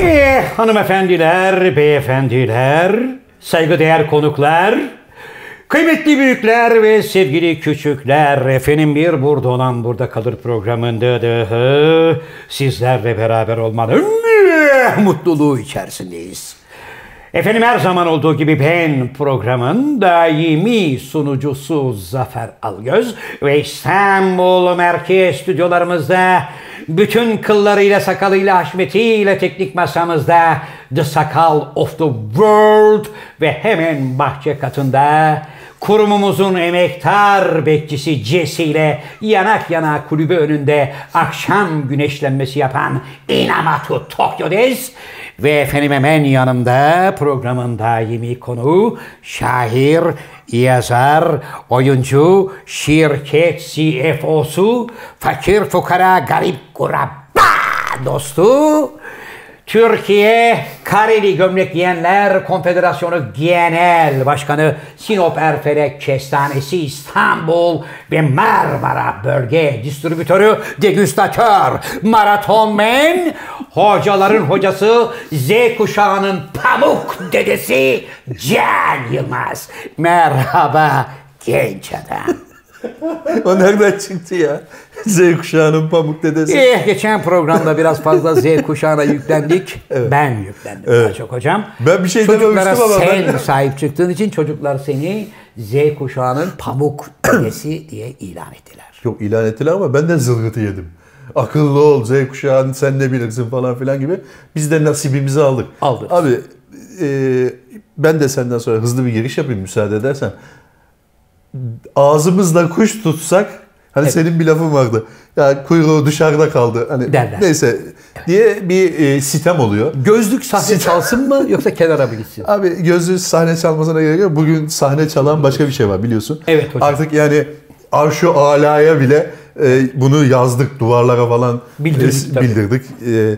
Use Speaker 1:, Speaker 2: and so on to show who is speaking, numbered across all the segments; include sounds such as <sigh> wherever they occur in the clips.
Speaker 1: Eh, hanımefendiler, beyefendiler, saygıdeğer konuklar, kıymetli büyükler ve sevgili küçükler, efendim bir burada olan burada kalır programında da sizlerle beraber olmanın eh, mutluluğu içerisindeyiz. Efendim her zaman olduğu gibi ben programın daimi sunucusu Zafer Algöz ve İstanbul Merkez stüdyolarımızda bütün kıllarıyla, sakalıyla, haşmetiyle teknik masamızda The Sakal of the World ve hemen bahçe katında kurumumuzun emektar bekçisi Jesse ile yanak yana kulübü önünde akşam güneşlenmesi yapan Inamatu Tokyo'dayız. Ve efendim hemen yanımda programın daimi konuğu şair, yazar, oyuncu, şirket CFO'su, fakir fukara garip kurabba dostu Türkiye Kareli Gömlek Giyenler Konfederasyonu Genel Başkanı Sinop Erfelek Kestanesi İstanbul ve Marmara Bölge Distribütörü Degüstatör Maratonmen Hocaların Hocası Z Kuşağı'nın Pamuk Dedesi Can Yılmaz Merhaba genç adam.
Speaker 2: O nereden çıktı ya? <laughs> Z kuşağının pamuk dedesi.
Speaker 1: Eh, geçen programda biraz fazla
Speaker 2: <laughs>
Speaker 1: Z kuşağına yüklendik. Ben yüklendim daha çok hocam.
Speaker 2: Ben bir şey
Speaker 1: Çocuklara
Speaker 2: dememiştim ama
Speaker 1: sen
Speaker 2: ben-
Speaker 1: sahip çıktığın için çocuklar seni Z kuşağının
Speaker 2: <clears throat>
Speaker 1: pamuk dedesi diye ilan ettiler.
Speaker 2: Yok ilan ettiler ama benden zılgıtı yedim. Akıllı ol Z kuşağın sen ne bilirsin falan filan gibi. Biz de nasibimizi aldık.
Speaker 1: Aldık.
Speaker 2: Abi e, ben de senden sonra hızlı bir giriş yapayım müsaade edersen. Ağzımızla kuş tutsak hani senin bir lafın vardı. Ya kuyruğu dışarıda kaldı. Hani
Speaker 1: Derler.
Speaker 2: neyse diye bir e, sitem oluyor.
Speaker 1: Gözlük sahne çalsın mı yoksa kenara mı <laughs> gitsin?
Speaker 2: Abi gözlü sahne çalmasına gerek yok. Bugün sahne çalan başka bir şey var biliyorsun.
Speaker 1: Evet hocam.
Speaker 2: Artık yani arşu alaya bile e, bunu yazdık duvarlara falan
Speaker 1: Bildirdik
Speaker 2: e,
Speaker 1: tabii.
Speaker 2: bildirdik. E,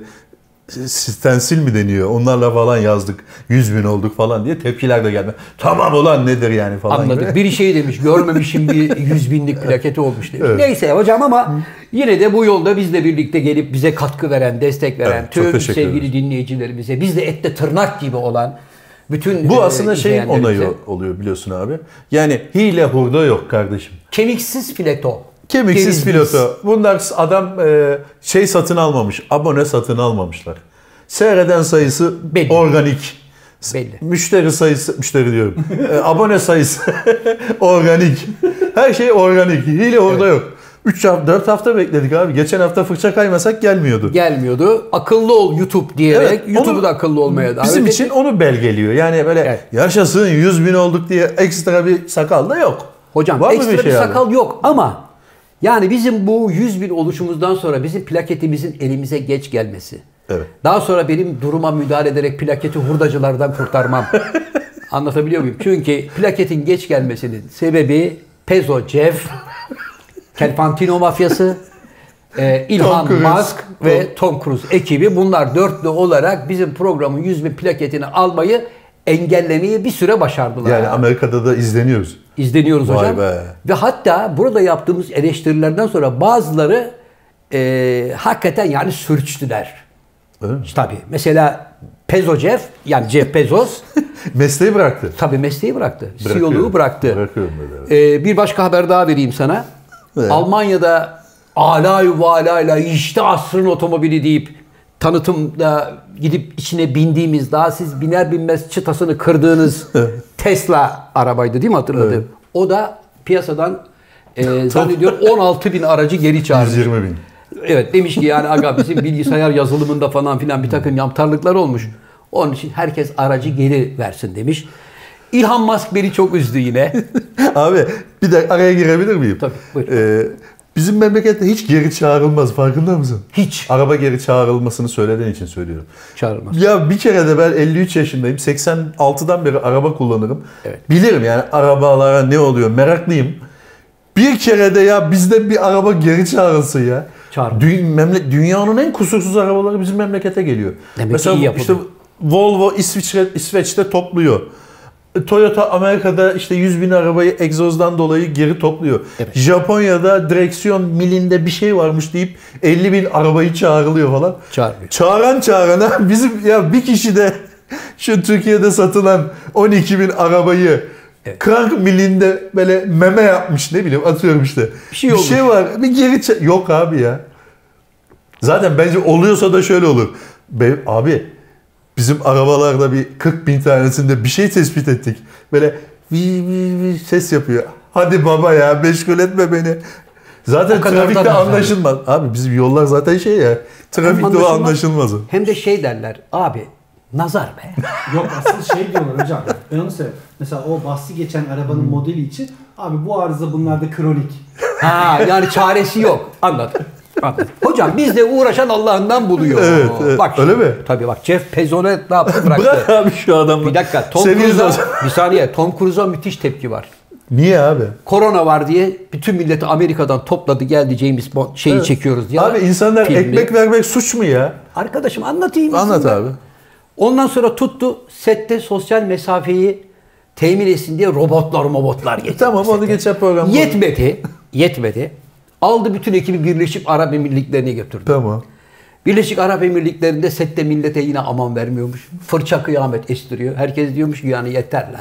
Speaker 2: stensil mi deniyor? Onlarla falan yazdık. 100 bin olduk falan diye tepkiler de geldi. Tamam ulan nedir yani falan gibi.
Speaker 1: Anladık. Biri şey demiş görmemişim bir yüz binlik plaketi olmuş demiş. Neyse hocam ama yine de bu yolda bizle birlikte gelip bize katkı veren, destek veren
Speaker 2: Evet, çok
Speaker 1: tüm
Speaker 2: teşekkür
Speaker 1: sevgili dinleyicilerimize, biz de ette tırnak gibi olan bütün
Speaker 2: Bu
Speaker 1: e,
Speaker 2: aslında şey
Speaker 1: izleyenlerimize-
Speaker 2: onayı oluyor biliyorsun abi. Yani hile hurda yok kardeşim.
Speaker 1: Kemiksiz fileto.
Speaker 2: Kemiksiz
Speaker 1: Deniz biz.
Speaker 2: pilotu. Bunlar adam e, şey satın almamış, abone satın almamışlar. Seyreden sayısı
Speaker 1: Belli.
Speaker 2: organik. S-
Speaker 1: Belli.
Speaker 2: Müşteri sayısı, müşteri diyorum.
Speaker 1: <laughs>
Speaker 2: E, abone sayısı <laughs> organik. Her şey organik. Hile orada yok. 3 hafta, 4 hafta bekledik abi. Geçen hafta fırça kaymasak gelmiyordu.
Speaker 1: Gelmiyordu. Akıllı ol YouTube diyerek
Speaker 2: Evet, onu-
Speaker 1: YouTube'u da akıllı olmaya davet
Speaker 2: Bizim
Speaker 1: etti.
Speaker 2: için onu belgeliyor. Yani böyle
Speaker 1: Evet.
Speaker 2: yaşasın 100 bin olduk diye ekstra bir sakal da yok.
Speaker 1: Hocam
Speaker 2: Var mı
Speaker 1: ekstra bir,
Speaker 2: şey abi?
Speaker 1: sakal yok ama yani bizim bu 100 bin oluşumuzdan sonra bizim plaketimizin elimize geç gelmesi.
Speaker 2: Evet.
Speaker 1: Daha sonra benim duruma müdahale ederek plaketi hurdacılardan
Speaker 2: <laughs>
Speaker 1: kurtarmam. Anlatabiliyor muyum? Çünkü plaketin geç gelmesinin sebebi Pezo Cev, Kerpantino mafyası, e, İlhan
Speaker 2: Tom Cruise.
Speaker 1: Musk ve Tom Cruise ekibi bunlar dörtlü olarak bizim programın 100 bin plaketini almayı engellemeyi bir süre başardılar.
Speaker 2: Yani Amerika'da da izleniyoruz.
Speaker 1: İzleniyoruz
Speaker 2: Vay
Speaker 1: hocam.
Speaker 2: be.
Speaker 1: Ve hatta burada yaptığımız eleştirilerden sonra bazıları e, hakikaten yani sürçtüler.
Speaker 2: Öyle mi?
Speaker 1: Tabii. Mesela Pezo Jeff, yani Jeff Bezos
Speaker 2: Mesleği bıraktı.
Speaker 1: tabii mesleği bıraktı.
Speaker 2: Bırakıyorum.
Speaker 1: CEO'luğu bıraktı.
Speaker 2: Bırakıyorum
Speaker 1: E, bir başka haber daha vereyim sana.
Speaker 2: Evet.
Speaker 1: Almanya'da alay valayla işte asrın otomobili deyip tanıtımda gidip içine bindiğimiz daha siz biner binmez çıtasını
Speaker 2: <laughs>
Speaker 1: kırdığınız Tesla arabaydı değil mi hatırladım?
Speaker 2: Evet.
Speaker 1: O da piyasadan
Speaker 2: <laughs>
Speaker 1: e, zannediyorum 16 bin aracı geri çağırdı.
Speaker 2: 120 bin.
Speaker 1: Evet demiş ki yani aga bizim bilgisayar yazılımında falan filan bir takım yaptarlıklar olmuş. Onun için herkes aracı geri versin demiş. Elon Musk beni çok üzdü yine.
Speaker 2: <laughs> Abi bir de araya girebilir miyim?
Speaker 1: Tabii, buyur.
Speaker 2: Ee, bizim memlekette hiç geri çağrılmaz farkında mısın?
Speaker 1: Hiç.
Speaker 2: Araba geri çağrılmasını söylediğin için söylüyorum.
Speaker 1: Çağırmaz.
Speaker 2: Ya bir kere de ben 53 yaşındayım. 86'dan beri araba kullanırım.
Speaker 1: Evet.
Speaker 2: Bilirim yani arabalara ne oluyor meraklıyım. Bir kere de ya bizde bir araba geri çağrılsın ya.
Speaker 1: Çağrılsın.
Speaker 2: Dü- memle- dünyanın en kusursuz arabaları bizim memlekete geliyor.
Speaker 1: Demek ki
Speaker 2: Mesela
Speaker 1: iyi yapıldı.
Speaker 2: işte Volvo İsviçre, İsveç'te topluyor. Toyota Amerika'da işte 100 bin arabayı egzozdan dolayı geri topluyor.
Speaker 1: Evet.
Speaker 2: Japonya'da direksiyon milinde bir şey varmış deyip 50 bin arabayı çağrılıyor falan.
Speaker 1: Çağırıyor.
Speaker 2: Çağıran çağırana <laughs> bizim ya bir kişi de şu Türkiye'de satılan 12 bin arabayı krank milinde böyle meme yapmış ne bileyim atıyorum işte.
Speaker 1: Bir şey olmuş.
Speaker 2: var bir geri ça- Yok abi ya. Zaten bence oluyorsa da şöyle olur. Be- abi bizim arabalarda bir 40 bin tanesinde bir şey tespit ettik. Böyle vi vi vi ses yapıyor. Hadi baba ya meşgul etme beni. Zaten
Speaker 1: O kadar da
Speaker 2: trafikte
Speaker 1: değil abi.
Speaker 2: anlaşılmaz. Abi. bizim yollar zaten şey ya. Trafikte o anlaşılmaz. o.
Speaker 1: Hem de şey derler abi nazar be.
Speaker 3: Yok asıl şey diyorlar hocam. Ben onu söyleyeyim. Mesela o bahsi geçen arabanın
Speaker 1: Hmm.
Speaker 3: modeli için abi bu arıza bunlarda kronik.
Speaker 1: Ha yani çaresi yok. Anladım. Anladım. Hocam bizle uğraşan Allah'ından buluyor.
Speaker 2: Evet, evet.
Speaker 1: Bak
Speaker 2: Öyle
Speaker 1: şimdi,
Speaker 2: mi?
Speaker 1: Tabii bak Jeff Bezos'u ne yaptı bıraktı.
Speaker 2: Bırak abi şu adamı.
Speaker 1: Bir dakika Tom
Speaker 2: Seviyoruz
Speaker 1: Cruise'a
Speaker 2: adam.
Speaker 1: bir saniye Tom Cruise'a müthiş tepki var.
Speaker 2: Niye abi?
Speaker 1: Korona var diye bütün milleti Amerika'dan topladı geldi James Bond şeyi çekiyoruz diye.
Speaker 2: Abi insanlar
Speaker 1: Filmi.
Speaker 2: ekmek vermek suç mu ya?
Speaker 1: Arkadaşım anlatayım.
Speaker 2: Anlat
Speaker 1: size.
Speaker 2: abi.
Speaker 1: Ondan sonra tuttu sette sosyal mesafeyi temin etsin diye robotlar robotlar getirdi.
Speaker 2: E, Tamam, onu
Speaker 1: sete.
Speaker 2: geçen programda-
Speaker 1: Yetmedi. Yetmedi. Aldı bütün ekibi Birleşik Arap Emirlikleri'ne götürdü.
Speaker 2: Tamam.
Speaker 1: Birleşik Arap Emirlikleri'nde sette millete yine aman vermiyormuş. Fırça kıyamet estiriyor. Herkes diyormuş ki yani yeter lan.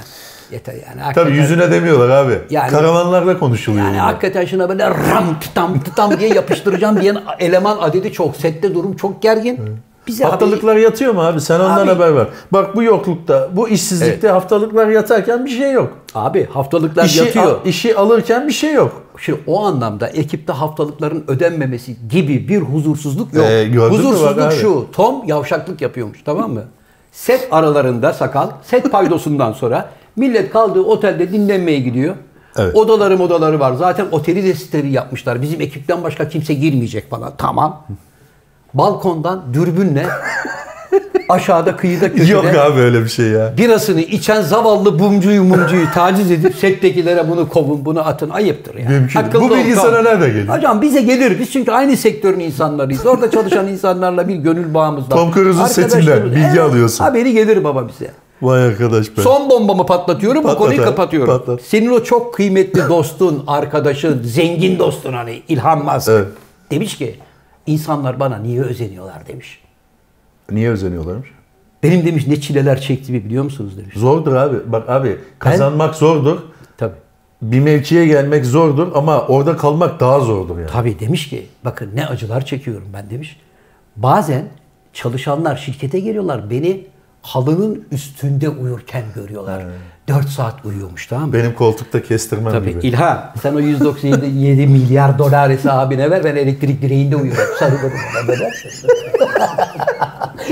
Speaker 1: Yeter yani. Hakikaten-
Speaker 2: Tabii yüzüne demiyorlar abi.
Speaker 1: Yani-
Speaker 2: Karavanlarda konuşuluyor.
Speaker 1: yani
Speaker 2: bunlar.
Speaker 1: hakikaten şuna böyle ram tam tam diye yapıştıracağım diyen eleman adedi çok. Sette durum çok gergin. Bize abi-
Speaker 2: Haftalıklar yatıyor mu abi? Sen ondan
Speaker 1: Abi-
Speaker 2: haber ver. Bak bu yoklukta, bu işsizlikte haftalıklar yatarken bir şey yok.
Speaker 1: abi, haftalıklar
Speaker 2: İşi,
Speaker 1: yatıyor.
Speaker 2: işi alırken bir şey yok.
Speaker 1: Şimdi o anlamda ekipte haftalıkların ödenmemesi gibi bir huzursuzluk yok.
Speaker 2: Ee, gördün mü bak
Speaker 1: huzursuzluk
Speaker 2: abi?
Speaker 1: şu. Tom yavşaklık yapıyormuş tamam mı? Set aralarında sakal, set paydosundan sonra millet kaldığı otelde dinlenmeye gidiyor.
Speaker 2: Evet.
Speaker 1: Odaları odaları var. Zaten oteli de steril yapmışlar. Bizim ekipten başka kimse girmeyecek falan. Tamam. Balkondan
Speaker 2: <laughs>
Speaker 1: dürbünle aşağıda kıyıda köşede
Speaker 2: Yok abi öyle bir şey ya.
Speaker 1: birasını içen zavallı bumcuyu mumcuyu taciz edip settekilere bunu kovun bunu atın ayıptır yani.
Speaker 2: Mümkün değil.
Speaker 1: Akıllı
Speaker 2: Bu
Speaker 1: ol,
Speaker 2: bilgi
Speaker 1: tamam.
Speaker 2: sana nerede geliyor?
Speaker 1: Hocam bize gelir. Biz çünkü aynı sektörün insanlarıyız. Orada çalışan insanlarla bir gönül bağımız var.
Speaker 2: Tom Cruise'un
Speaker 1: Arkadaşlarımız-
Speaker 2: setinden bilgi alıyorsun.
Speaker 1: Haberi gelir baba bize.
Speaker 2: Vay arkadaş be.
Speaker 1: Son bombamı patlatıyorum bu
Speaker 2: Patlat
Speaker 1: konuyu
Speaker 2: abi,
Speaker 1: kapatıyorum.
Speaker 2: patlat.
Speaker 1: Senin o çok kıymetli dostun, arkadaşın, zengin dostun hani İlhan Musk.
Speaker 2: Evet.
Speaker 1: Demiş ki insanlar bana niye özeniyorlar demiş.
Speaker 2: Niye özeniyorlarmış?
Speaker 1: Benim demiş ne çileler çektiğimi biliyor musunuz demiş.
Speaker 2: Zordur abi. Bak abi kazanmak zordur.
Speaker 1: Tabii.
Speaker 2: Bir mevkiye gelmek zordur ama orada kalmak daha zordur yani.
Speaker 1: Tabii demiş ki bakın ne acılar çekiyorum ben demiş. Bazen çalışanlar şirkete geliyorlar beni halının üstünde uyurken görüyorlar. 4 saat uyuyormuş tamam mı?
Speaker 2: Benim koltukta kestirmem
Speaker 1: Tabii
Speaker 2: gibi.
Speaker 1: İlhan sen o <laughs> 197 milyar dolar hesabine ver ben elektrik direğinde uyuyorum. <laughs> Sarılırım ona böyle.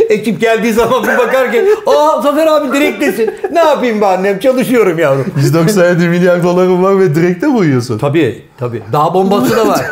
Speaker 1: Ekip geldiği zaman bir bakar ki aa Zafer abi direktesin. Ne yapayım be annem çalışıyorum yavrum.
Speaker 2: 197 milyar dolarım var ve direkte mi uyuyorsun?
Speaker 1: Tabii tabii. Dağ bombası da
Speaker 2: <laughs>
Speaker 1: var.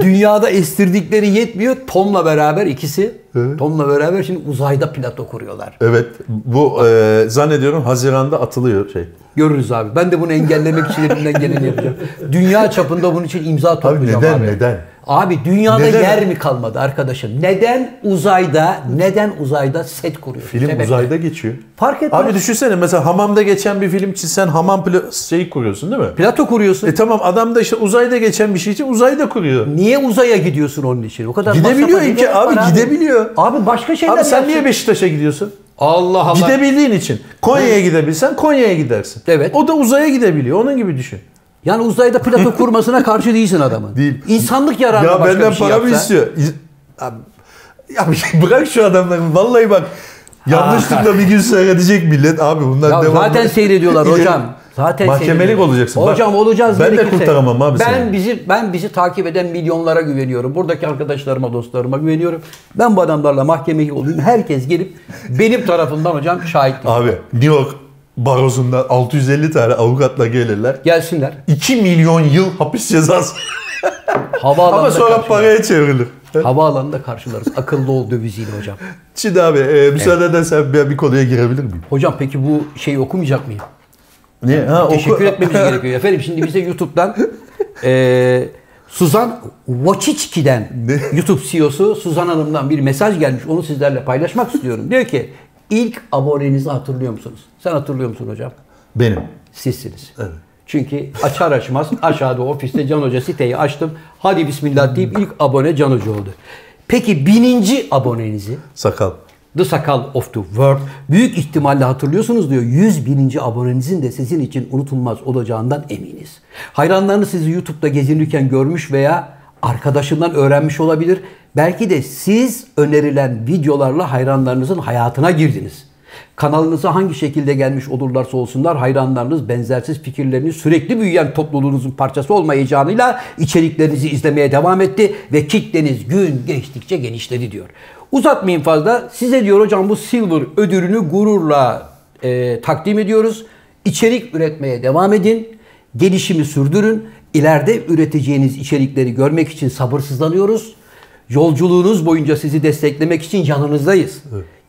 Speaker 1: Dünyada estirdikleri yetmiyor. Tom'la beraber ikisi. Tom'la beraber şimdi uzayda plato kuruyorlar.
Speaker 2: Evet. Bu e, zannediyorum Haziran'da atılıyor şey.
Speaker 1: Görürüz abi. Ben de bunu engellemek için elimden geleni yapacağım. Dünya çapında bunun için imza toplayacağım abi.
Speaker 2: neden, neden?
Speaker 1: Abi dünyada
Speaker 2: Neden?
Speaker 1: yer mi kalmadı arkadaşım? Neden uzayda, neden uzayda set kuruyor?
Speaker 2: Film
Speaker 1: Sebep ne?
Speaker 2: uzayda geçiyor.
Speaker 1: Fark etmez.
Speaker 2: Abi düşünsene mesela hamamda geçen bir film için sen hamam pla- şeyi kuruyorsun değil mi?
Speaker 1: plato kuruyorsun.
Speaker 2: E tamam adam da işte uzayda geçen bir şey için uzayda kuruyor.
Speaker 1: niye uzaya gidiyorsun onun için? O kadar
Speaker 2: Gidebiliyor
Speaker 1: masrafa
Speaker 2: ki
Speaker 1: gerek var
Speaker 2: abi, gidebiliyor.
Speaker 1: Abi başka şeyler
Speaker 2: Abi sen
Speaker 1: yapsın.
Speaker 2: niye Beşiktaş'a gidiyorsun?
Speaker 1: Allah Allah.
Speaker 2: Gidebildiğin için. Konya'ya gidebilsen Konya'ya gidersin.
Speaker 1: Evet.
Speaker 2: O da uzaya gidebiliyor. Onun gibi düşün.
Speaker 1: Yani uzayda plato kurmasına karşı değilsin adamın.
Speaker 2: Değil.
Speaker 1: İnsanlık yararına
Speaker 2: Ya
Speaker 1: başka
Speaker 2: benden
Speaker 1: bir şey
Speaker 2: para mı
Speaker 1: yapsa.
Speaker 2: istiyor? İz- Abi- Ya bir- <laughs> bırak şu adamları. Vallahi bak yanlışlıkla bir gün seyredecek millet. Abi bunlar
Speaker 1: Ya
Speaker 2: devamlı.
Speaker 1: zaten
Speaker 2: <laughs>
Speaker 1: seyrediyorlar
Speaker 2: İleri-
Speaker 1: hocam. Zaten
Speaker 2: Mahkemelik
Speaker 1: seyrediyorlar.
Speaker 2: olacaksın. Bak,
Speaker 1: Hocam olacağız.
Speaker 2: ben de
Speaker 1: gerekirse.
Speaker 2: kurtaramam abi
Speaker 1: Ben
Speaker 2: seni.
Speaker 1: bizi ben bizi takip eden milyonlara güveniyorum. Buradaki arkadaşlarıma, dostlarıma güveniyorum. Ben bu adamlarla mahkemeye olayım. Herkes gelip benim tarafından hocam şahit.
Speaker 2: Abi New York barosundan 650 tane avukatla gelirler.
Speaker 1: Gelsinler.
Speaker 2: 2 milyon yıl
Speaker 1: <laughs>
Speaker 2: hapis cezası.
Speaker 1: Havaalanında
Speaker 2: Ama sonra
Speaker 1: karşılarız.
Speaker 2: paraya çevrilir.
Speaker 1: Havaalanında karşılarız. Akıllı ol döviziyle hocam.
Speaker 2: Şimdi abi e, müsaade edersen ben bir konuya girebilir miyim?
Speaker 1: Hocam peki bu şeyi okumayacak mıyım?
Speaker 2: Niye? Ha, oku-
Speaker 1: Teşekkür
Speaker 2: <laughs>
Speaker 1: etmemiz gerekiyor. Efendim şimdi bize YouTube'dan eee Suzan Wojcicki'den
Speaker 2: Ne?
Speaker 1: YouTube CEO'su Suzan Hanım'dan bir mesaj gelmiş. Onu sizlerle paylaşmak istiyorum. Diyor ki ilk abonenizi hatırlıyor musunuz? Sen hatırlıyor musun hocam?
Speaker 2: Benim.
Speaker 1: Sizsiniz.
Speaker 2: Evet.
Speaker 1: Çünkü açar açmaz aşağıda ofiste Can Hoca siteyi açtım. Hadi bismillah deyip ilk abone Can Hoca oldu. Peki bininci abonenizi
Speaker 2: Sakal.
Speaker 1: The Sakal of the World büyük ihtimalle hatırlıyorsunuz diyor. 101. abonenizin de sizin için unutulmaz olacağından eminiz. Hayranlarınız sizi YouTube'da gezinirken görmüş veya arkadaşından öğrenmiş olabilir. Belki de siz önerilen videolarla hayranlarınızın hayatına girdiniz. Kanalınıza hangi şekilde gelmiş olurlarsa olsunlar hayranlarınız benzersiz fikirlerini sürekli büyüyen topluluğunuzun parçası olma heyecanıyla içeriklerinizi izlemeye devam etti ve kitleniz gün geçtikçe genişledi diyor. Uzatmayın fazla size diyor hocam bu Silver ödülünü gururla e, takdim ediyoruz. İçerik üretmeye devam edin. Gelişimi sürdürün. İleride üreteceğiniz içerikleri görmek için sabırsızlanıyoruz. Yolculuğunuz boyunca sizi desteklemek için yanınızdayız.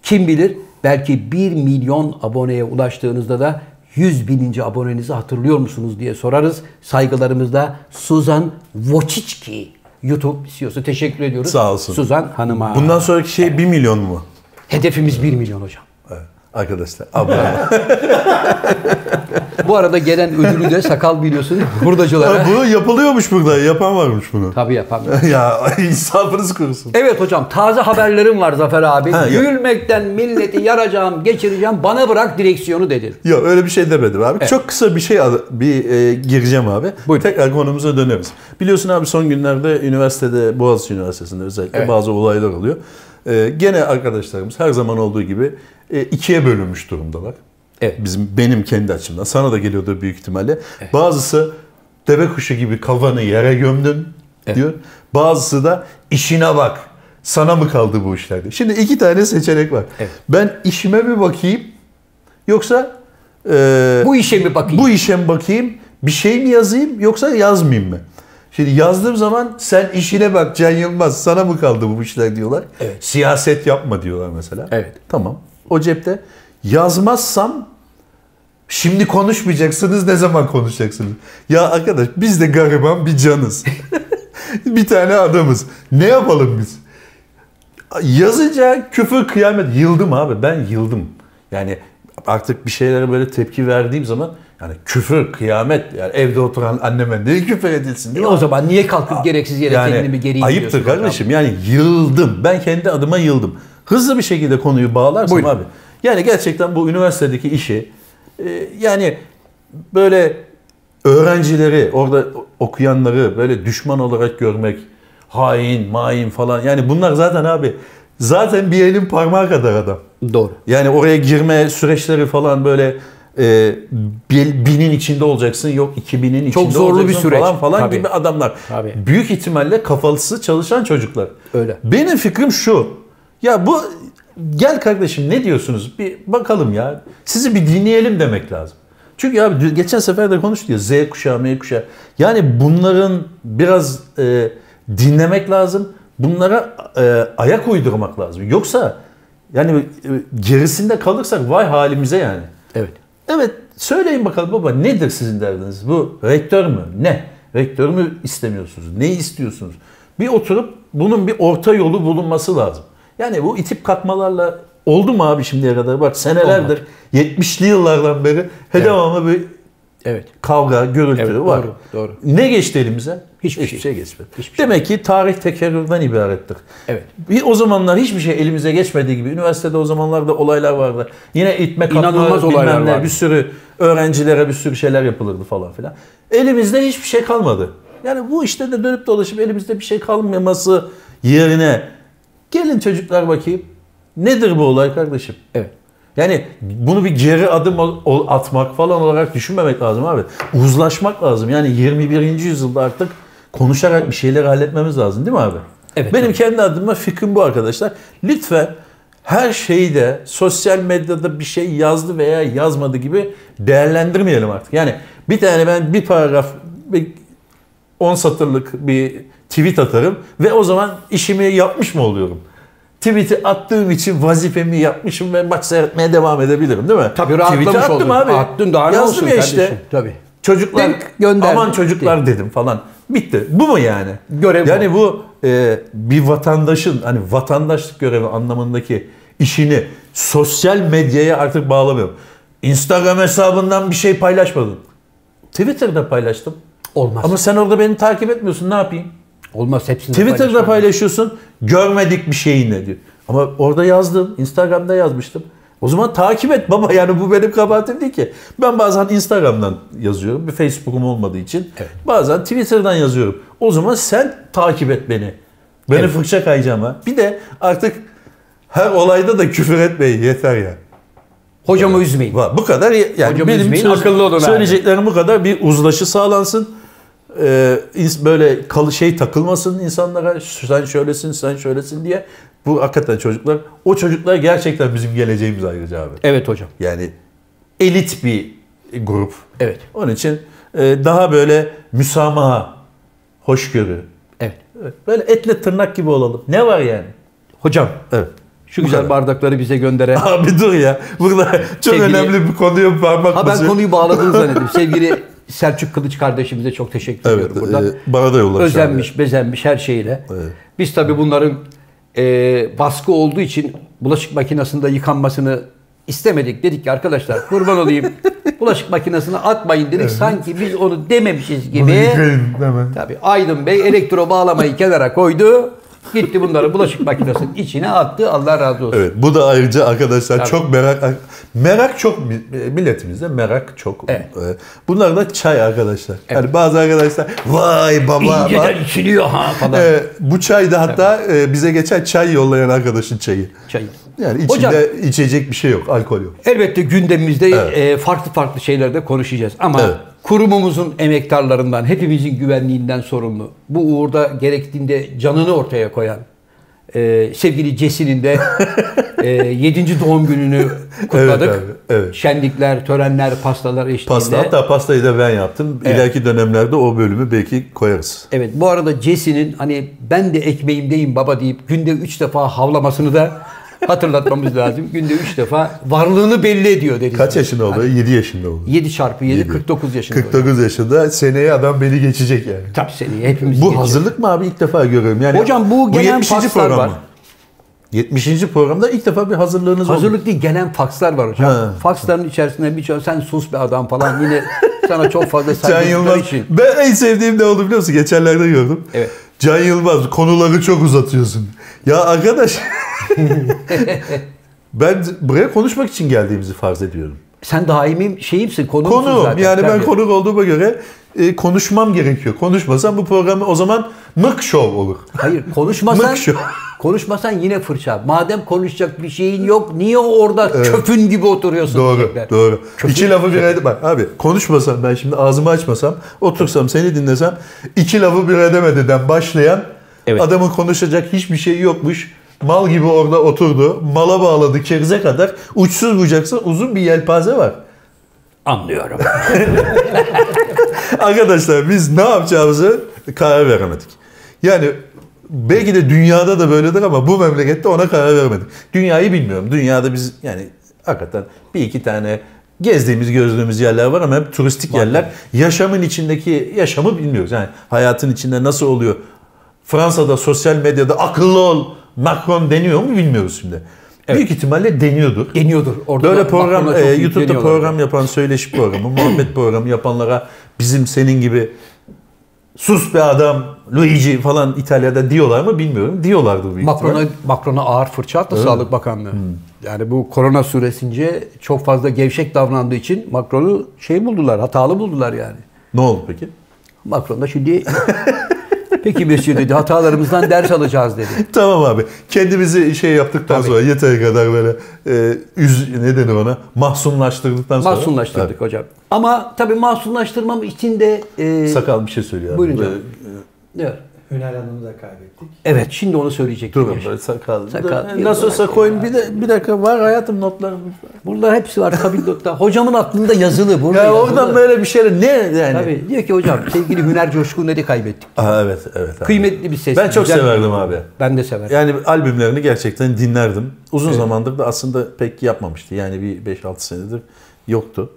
Speaker 1: Kim bilir belki 1 milyon aboneye ulaştığınızda da 100 bininci abonenizi hatırlıyor musunuz diye sorarız. Saygılarımızla Suzan Wojcicki YouTube CEO'su teşekkür ediyoruz.
Speaker 2: Sağ olsun.
Speaker 1: Suzan Hanım'a.
Speaker 2: Bundan sonraki şey 1 milyon mu?
Speaker 1: Hedefimiz 1 milyon hocam.
Speaker 2: Evet. Arkadaşlar
Speaker 1: <laughs>
Speaker 2: abone.
Speaker 1: Bu arada gelen ödülü de sakal biliyorsun
Speaker 2: <laughs>
Speaker 1: hurdacılara.
Speaker 2: Bu yapılıyormuş burada. Yapan varmış bunu.
Speaker 1: Tabii yapam.
Speaker 2: <laughs> ya insafınız kurusun.
Speaker 1: Evet hocam taze haberlerim var Zafer abi.
Speaker 2: Ha, yok.
Speaker 1: Gülmekten milleti yaracağım, geçireceğim. Bana bırak direksiyonu dedin.
Speaker 2: Yok öyle bir şey demedim abi. Çok kısa bir şey al- bir e, gireceğim abi.
Speaker 1: Buyurun.
Speaker 2: Tekrar konumuza döneriz. Biliyorsun abi son günlerde üniversitede Boğaziçi Üniversitesi'nde özellikle
Speaker 1: Evet.
Speaker 2: bazı olaylar oluyor. E, gene arkadaşlarımız her zaman olduğu gibi e, ikiye bölünmüş durumdalar.
Speaker 1: Evet.
Speaker 2: Bizim benim kendi açımdan sana da geliyordu büyük ihtimalle. Bazısı deve kuşu gibi kafanı yere gömdün diyor. Bazısı da işine bak. Sana mı kaldı bu işlerde? Şimdi iki tane seçenek var.
Speaker 1: Evet.
Speaker 2: Ben işime mi bakayım Yoksa e,
Speaker 1: Bu işe mi bakayım?
Speaker 2: bu işe mi bakayım, bir şey mi yazayım yoksa yazmayayım mı? Şimdi yazdığım zaman sen işine bak Can Yılmaz sana mı kaldı bu işler diyorlar.
Speaker 1: Evet.
Speaker 2: Siyaset yapma diyorlar mesela.
Speaker 1: Evet.
Speaker 2: Tamam. O cepte yazmazsam şimdi konuşmayacaksınız ne zaman konuşacaksınız? Ya arkadaş biz de gariban bir canız. <laughs> bir tane adamız. Ne yapalım biz? Yazınca küfür kıyamet. Yıldım abi ben yıldım. Yani artık bir şeylere böyle tepki verdiğim zaman yani küfür kıyamet yani evde oturan anneme ne küfür edilsin
Speaker 1: E
Speaker 2: değil mi?
Speaker 1: o zaman niye kalkıp gereksiz yere kendimi geri
Speaker 2: ayıptır kardeşim yani yıldım. Ben kendi adıma yıldım. Hızlı bir şekilde konuyu bağlarsam
Speaker 1: Buyurun.
Speaker 2: abi. Yani gerçekten bu üniversitedeki işi e, yani böyle öğrencileri orada okuyanları böyle düşman olarak görmek hain main falan yani bunlar zaten abi zaten bir elin parmağı kadar adam.
Speaker 1: Doğru.
Speaker 2: Yani oraya girme süreçleri falan böyle e, bil- binin içinde olacaksın yok 2000'in içinde
Speaker 1: Çok zorlu bir
Speaker 2: olacaksın
Speaker 1: süreç.
Speaker 2: falan falan
Speaker 1: Tabii.
Speaker 2: gibi adamlar.
Speaker 1: Tabii.
Speaker 2: Büyük ihtimalle kafası çalışan çocuklar.
Speaker 1: Öyle.
Speaker 2: Benim fikrim şu. Ya bu gel kardeşim ne diyorsunuz? Bir bakalım ya. Sizi bir dinleyelim demek lazım. Çünkü abi dü- geçen sefer de konuştuk ya Z kuşağı, M kuşağı. Yani bunların biraz e, dinlemek lazım. Bunlara e, ayak uydurmak lazım. Yoksa yani e, gerisinde kalırsak vay halimize yani.
Speaker 1: Evet.
Speaker 2: Evet söyleyin bakalım baba nedir sizin derdiniz? Bu rektör mü? Ne? Rektör mü istemiyorsunuz? Ne istiyorsunuz? Bir oturup bunun bir orta yolu bulunması lazım. Yani bu itip katmalarla oldu mu abi şimdiye kadar? Bak senelerdir 70'li yıllardan beri he devamlı bir
Speaker 1: Evet.
Speaker 2: kavga, gürültü
Speaker 1: Evet,
Speaker 2: var.
Speaker 1: doğru, doğru.
Speaker 2: Ne geçti elimize?
Speaker 1: Hiçbir şey.
Speaker 2: geçmedi.
Speaker 1: Hiçbir şey.
Speaker 2: Demek ki tarih tekerrürden ibarettir.
Speaker 1: Evet.
Speaker 2: Bir, o zamanlar hiçbir şey elimize geçmediği gibi üniversitede o zamanlarda olaylar vardı. Yine itme katma
Speaker 1: İnanılmaz
Speaker 2: bilmem
Speaker 1: olaylar
Speaker 2: ne,
Speaker 1: vardı.
Speaker 2: bir sürü öğrencilere bir sürü şeyler yapılırdı falan filan. Elimizde hiçbir şey kalmadı. Yani bu işte de dönüp dolaşıp elimizde bir şey kalmaması yerine gelin çocuklar bakayım. Nedir bu olay kardeşim?
Speaker 1: Evet.
Speaker 2: Yani bunu bir geri adım ol- ol- atmak falan olarak düşünmemek lazım abi. Uzlaşmak lazım. Yani 21. yüzyılda artık konuşarak bir şeyleri halletmemiz lazım değil mi abi?
Speaker 1: Evet,
Speaker 2: Benim
Speaker 1: tabii.
Speaker 2: kendi adıma fikrim bu arkadaşlar. Lütfen her şeyi de sosyal medyada bir şey yazdı veya yazmadı gibi değerlendirmeyelim artık. Yani bir tane ben bir paragraf bir 10 satırlık bir tweet atarım ve o zaman işimi yapmış mı oluyorum? Tweet'i attığım için vazifemi yapmışım ve maç seyretmeye devam edebilirim değil mi?
Speaker 1: Tabii
Speaker 2: Tweet'i
Speaker 1: rahatlamış
Speaker 2: attım
Speaker 1: oldun.
Speaker 2: abi.
Speaker 1: Attın daha ne
Speaker 2: Yazdım
Speaker 1: olsun
Speaker 2: ya
Speaker 1: kardeşim.
Speaker 2: işte.
Speaker 1: Tabii.
Speaker 2: Çocuklar
Speaker 1: Denk gönderdim.
Speaker 2: aman çocuklar dedim falan. Bitti. Bu mu yani?
Speaker 1: Görev
Speaker 2: yani bu e, bir vatandaşın hani vatandaşlık görevi anlamındaki işini sosyal medyaya artık bağlamıyorum. Instagram hesabından bir şey paylaşmadım. Twitter'da paylaştım.
Speaker 1: Olmaz.
Speaker 2: Ama sen orada beni takip etmiyorsun ne yapayım?
Speaker 1: Olmaz hepsini
Speaker 2: Twitter'da
Speaker 1: paylaşmam.
Speaker 2: paylaşıyorsun. Görmedik bir şeyini diyor. Ama orada yazdım. Instagram'da yazmıştım. O zaman takip et baba yani bu benim kabahatim değil ki. Ben bazen Instagram'dan yazıyorum. Bir Facebook'um olmadığı için.
Speaker 1: Evet.
Speaker 2: Bazen Twitter'dan yazıyorum. O zaman sen takip et beni. Beni
Speaker 1: Evet.
Speaker 2: fırça kayacağım ha. Bir de artık her olayda da küfür etmeyin yeter yani.
Speaker 1: Hocamı üzmeyin.
Speaker 2: Va- Bu kadar ye- yani
Speaker 1: Hocam
Speaker 2: benim
Speaker 1: üzmeyin, akıllı olun abi.
Speaker 2: söyleyeceklerim bu kadar bir uzlaşı sağlansın. Ee, ins- böyle kalı şey takılmasın insanlara sen şöylesin sen şöylesin diye. Bu hakikaten çocuklar o çocuklar gerçekten bizim geleceğimiz ayrıca abi.
Speaker 1: Evet hocam.
Speaker 2: Yani elit bir grup.
Speaker 1: Evet.
Speaker 2: Onun için e, daha böyle müsamaha, hoşgörü.
Speaker 1: Evet.
Speaker 2: Böyle etle tırnak gibi olalım. Ne var yani?
Speaker 1: Hocam
Speaker 2: Evet.
Speaker 1: şu
Speaker 2: Bu
Speaker 1: güzel
Speaker 2: kadar.
Speaker 1: bardakları bize
Speaker 2: <laughs>
Speaker 1: gönderen
Speaker 2: Abi dur ya. Burada çok
Speaker 1: Sevgili-
Speaker 2: önemli bir konuya parmak
Speaker 1: Ha ben
Speaker 2: basıyor.
Speaker 1: konuyu bağladığını zannettim. Sevgili Selçuk Kılıç kardeşimize çok teşekkür
Speaker 2: Evet,
Speaker 1: ediyorum buradan.
Speaker 2: e, bana da yollamış.
Speaker 1: Özenmiş, bezenmiş her şeyle.
Speaker 2: Evet.
Speaker 1: Biz tabii bunların e, baskı olduğu için bulaşık makinesinde yıkanmasını istemedik. Dedik ki arkadaşlar kurban
Speaker 2: <laughs>
Speaker 1: olayım bulaşık makinesine atmayın dedik. Sanki biz onu dememişiz
Speaker 2: Bunu
Speaker 1: gibi.
Speaker 2: yıkayın hemen.
Speaker 1: Tabii Aydın Bey elektro bağlamayı kenara koydu. Gitti bunları bulaşık makinesinin içine attı. Allah razı olsun.
Speaker 2: Evet bu da ayrıca arkadaşlar
Speaker 1: Tabii.
Speaker 2: çok merak merak çok mi- e, milletimizde merak çok.
Speaker 1: Evet.
Speaker 2: Ee, Bunlar da çay arkadaşlar. Yani bazı arkadaşlar vay baba bak.
Speaker 1: İnceden içiliyor ha falan.
Speaker 2: Ee, bu çay da hatta e, bize geçen çay yollayan arkadaşın çayı.
Speaker 1: Çayı.
Speaker 2: Yani içinde
Speaker 1: Hocam-
Speaker 2: içecek bir şey yok, alkol yok.
Speaker 1: Elbette gündemimizde
Speaker 2: Evet.
Speaker 1: e, farklı farklı şeylerde konuşacağız ama
Speaker 2: Evet.
Speaker 1: kurumumuzun emektarlarından, hepimizin güvenliğinden sorumlu, bu uğurda gerektiğinde canını ortaya koyan e, sevgili Cesin'in
Speaker 2: <laughs>
Speaker 1: de 7. doğum gününü kutladık.
Speaker 2: Evet abi, evet.
Speaker 1: Şenlikler, törenler, pastalar eşliğinde.
Speaker 2: Pasta hatta pastayı da ben yaptım.
Speaker 1: Evet.
Speaker 2: İleriki dönemlerde o bölümü belki koyarız.
Speaker 1: Evet bu arada Cesin'in hani ben de ekmeğimdeyim baba deyip günde 3 defa havlamasını da hatırlatmamız lazım. Günde 3 defa varlığını belli ediyor deriz.
Speaker 2: Kaç yaşında oldu? 7 yaşında oldu.
Speaker 1: 7 çarpı 7, 49 yaşında.
Speaker 2: 49 yaşında. Seneye adam beni geçecek yani.
Speaker 1: Tabii seni hepimiz
Speaker 2: Bu
Speaker 1: geçiyor.
Speaker 2: hazırlık mı abi ilk defa görüyorum. Yani
Speaker 1: Hocam bu gelen fakslar var.
Speaker 2: mı? 70. programda ilk defa bir hazırlığınız oldu.
Speaker 1: Hazırlık değil gelen fakslar var hocam.
Speaker 2: Ha.
Speaker 1: Faksların içerisinde birçok sen sus be adam falan
Speaker 2: <laughs>
Speaker 1: yine sana çok fazla
Speaker 2: Can
Speaker 1: saygı
Speaker 2: Yılmaz.
Speaker 1: için.
Speaker 2: Ben en sevdiğim ne oldu biliyor musun? Geçenlerde gördüm.
Speaker 1: Evet.
Speaker 2: Can Yılmaz konuları çok uzatıyorsun.
Speaker 1: <laughs>
Speaker 2: Ya arkadaş ben buraya konuşmak için geldiğimizi farz ediyorum.
Speaker 1: Sen daimi şeyimsin konumsun
Speaker 2: Konuğum
Speaker 1: zaten.
Speaker 2: yani ben
Speaker 1: Tabii.
Speaker 2: konuk olduğuma göre e, konuşmam gerekiyor. Konuşmasam bu programı o zaman mık show olur.
Speaker 1: Hayır konuşmasan
Speaker 2: Mık şu.
Speaker 1: konuşmasan yine fırça. Madem konuşacak bir şeyin yok niye orada köpün gibi oturuyorsun?
Speaker 2: Doğru,
Speaker 1: diyecekler.
Speaker 2: doğru.
Speaker 1: Köpük-
Speaker 2: iki lafı bir arada... Bak abi konuşmasam ben şimdi ağzımı açmasam, otursam seni dinlesem iki lafı bir edemediden başlayan
Speaker 1: Evet.
Speaker 2: adamın konuşacak hiçbir şey yokmuş. Mal gibi orada oturdu. Mala bağladı kerize kadar. Uçsuz bucaksa uzun bir yelpaze var.
Speaker 1: Anlıyorum.
Speaker 2: <laughs> Arkadaşlar biz ne yapacağımızı karar veremedik. Yani belki de dünyada da böyledir ama bu memlekette ona karar vermedik. Dünyayı bilmiyorum. Dünyada biz yani hakikaten bir iki tane gezdiğimiz, gördüğümüz yerler var ama hep turistik yerler. Yaşamın içindeki yaşamı bilmiyoruz. Yani hayatın içinde nasıl oluyor? Fransa'da sosyal medyada akıllı ol Macron deniyor mu bilmiyoruz şimdi. Büyük ihtimalle deniyordur.
Speaker 1: Deniyordur. Orada
Speaker 2: Böyle
Speaker 1: da-
Speaker 2: program,
Speaker 1: bakmana
Speaker 2: e,
Speaker 1: çok
Speaker 2: YouTube'da
Speaker 1: yükleniyorlar.
Speaker 2: program yapan söyleşi programı, muhabbet programı yapanlara bizim senin gibi sus be adam Luigi falan İtalya'da diyorlar mı bilmiyorum. Diyorlardı büyük
Speaker 1: Macron'a
Speaker 2: ihtimal.
Speaker 1: Macron'a ağır fırça attı Sağlık Bakanlığı.
Speaker 2: Hmm.
Speaker 1: Yani bu korona süresince çok fazla gevşek davrandığı için Macron'u şey buldular, hatalı buldular yani.
Speaker 2: Ne oldu peki?
Speaker 1: Macron da
Speaker 2: <laughs>
Speaker 1: şimdi peki Mesih dedi hatalarımızdan ders alacağız dedi.
Speaker 2: Tamam abi. Kendimizi şey yaptıktan sonra yeteri kadar böyle e, üz, ne denir ona? Mahsunlaştırdıktan sonra.
Speaker 1: Mahsunlaştırdık hocam. Ama tabii mahsunlaştırmam için de e,
Speaker 2: Evet. Sakal bir şey söylüyor. abi.
Speaker 1: Buyurun
Speaker 2: Böyle,
Speaker 1: canım. evet.
Speaker 3: Hüner Hanım'ı da kaybettik.
Speaker 1: evet şimdi onu söyleyecektim.
Speaker 2: Durun böyle sakal.
Speaker 1: Sakal.
Speaker 2: E, Nasıl olsa koyun bir, de, bir dakika var hayatım notlarım.
Speaker 1: Bunlar hepsi var
Speaker 2: <laughs>
Speaker 1: kabildokta. Hocamın aklında yazılı. Burada
Speaker 2: Ya
Speaker 1: yazılı.
Speaker 2: oradan böyle bir şeyler ne yani?
Speaker 1: Tabii diyor ki hocam sevgili Hüner Coşkun'u kaybettik.
Speaker 2: Aa, evet evet. abi.
Speaker 1: Kıymetli bir ses.
Speaker 2: Ben çok
Speaker 1: güzel bir-
Speaker 2: severdim abi.
Speaker 1: Ben de severim.
Speaker 2: Yani albümlerini gerçekten dinlerdim. Uzun zamandır da aslında pek yapmamıştı. Yani bir 5-6 senedir yoktu.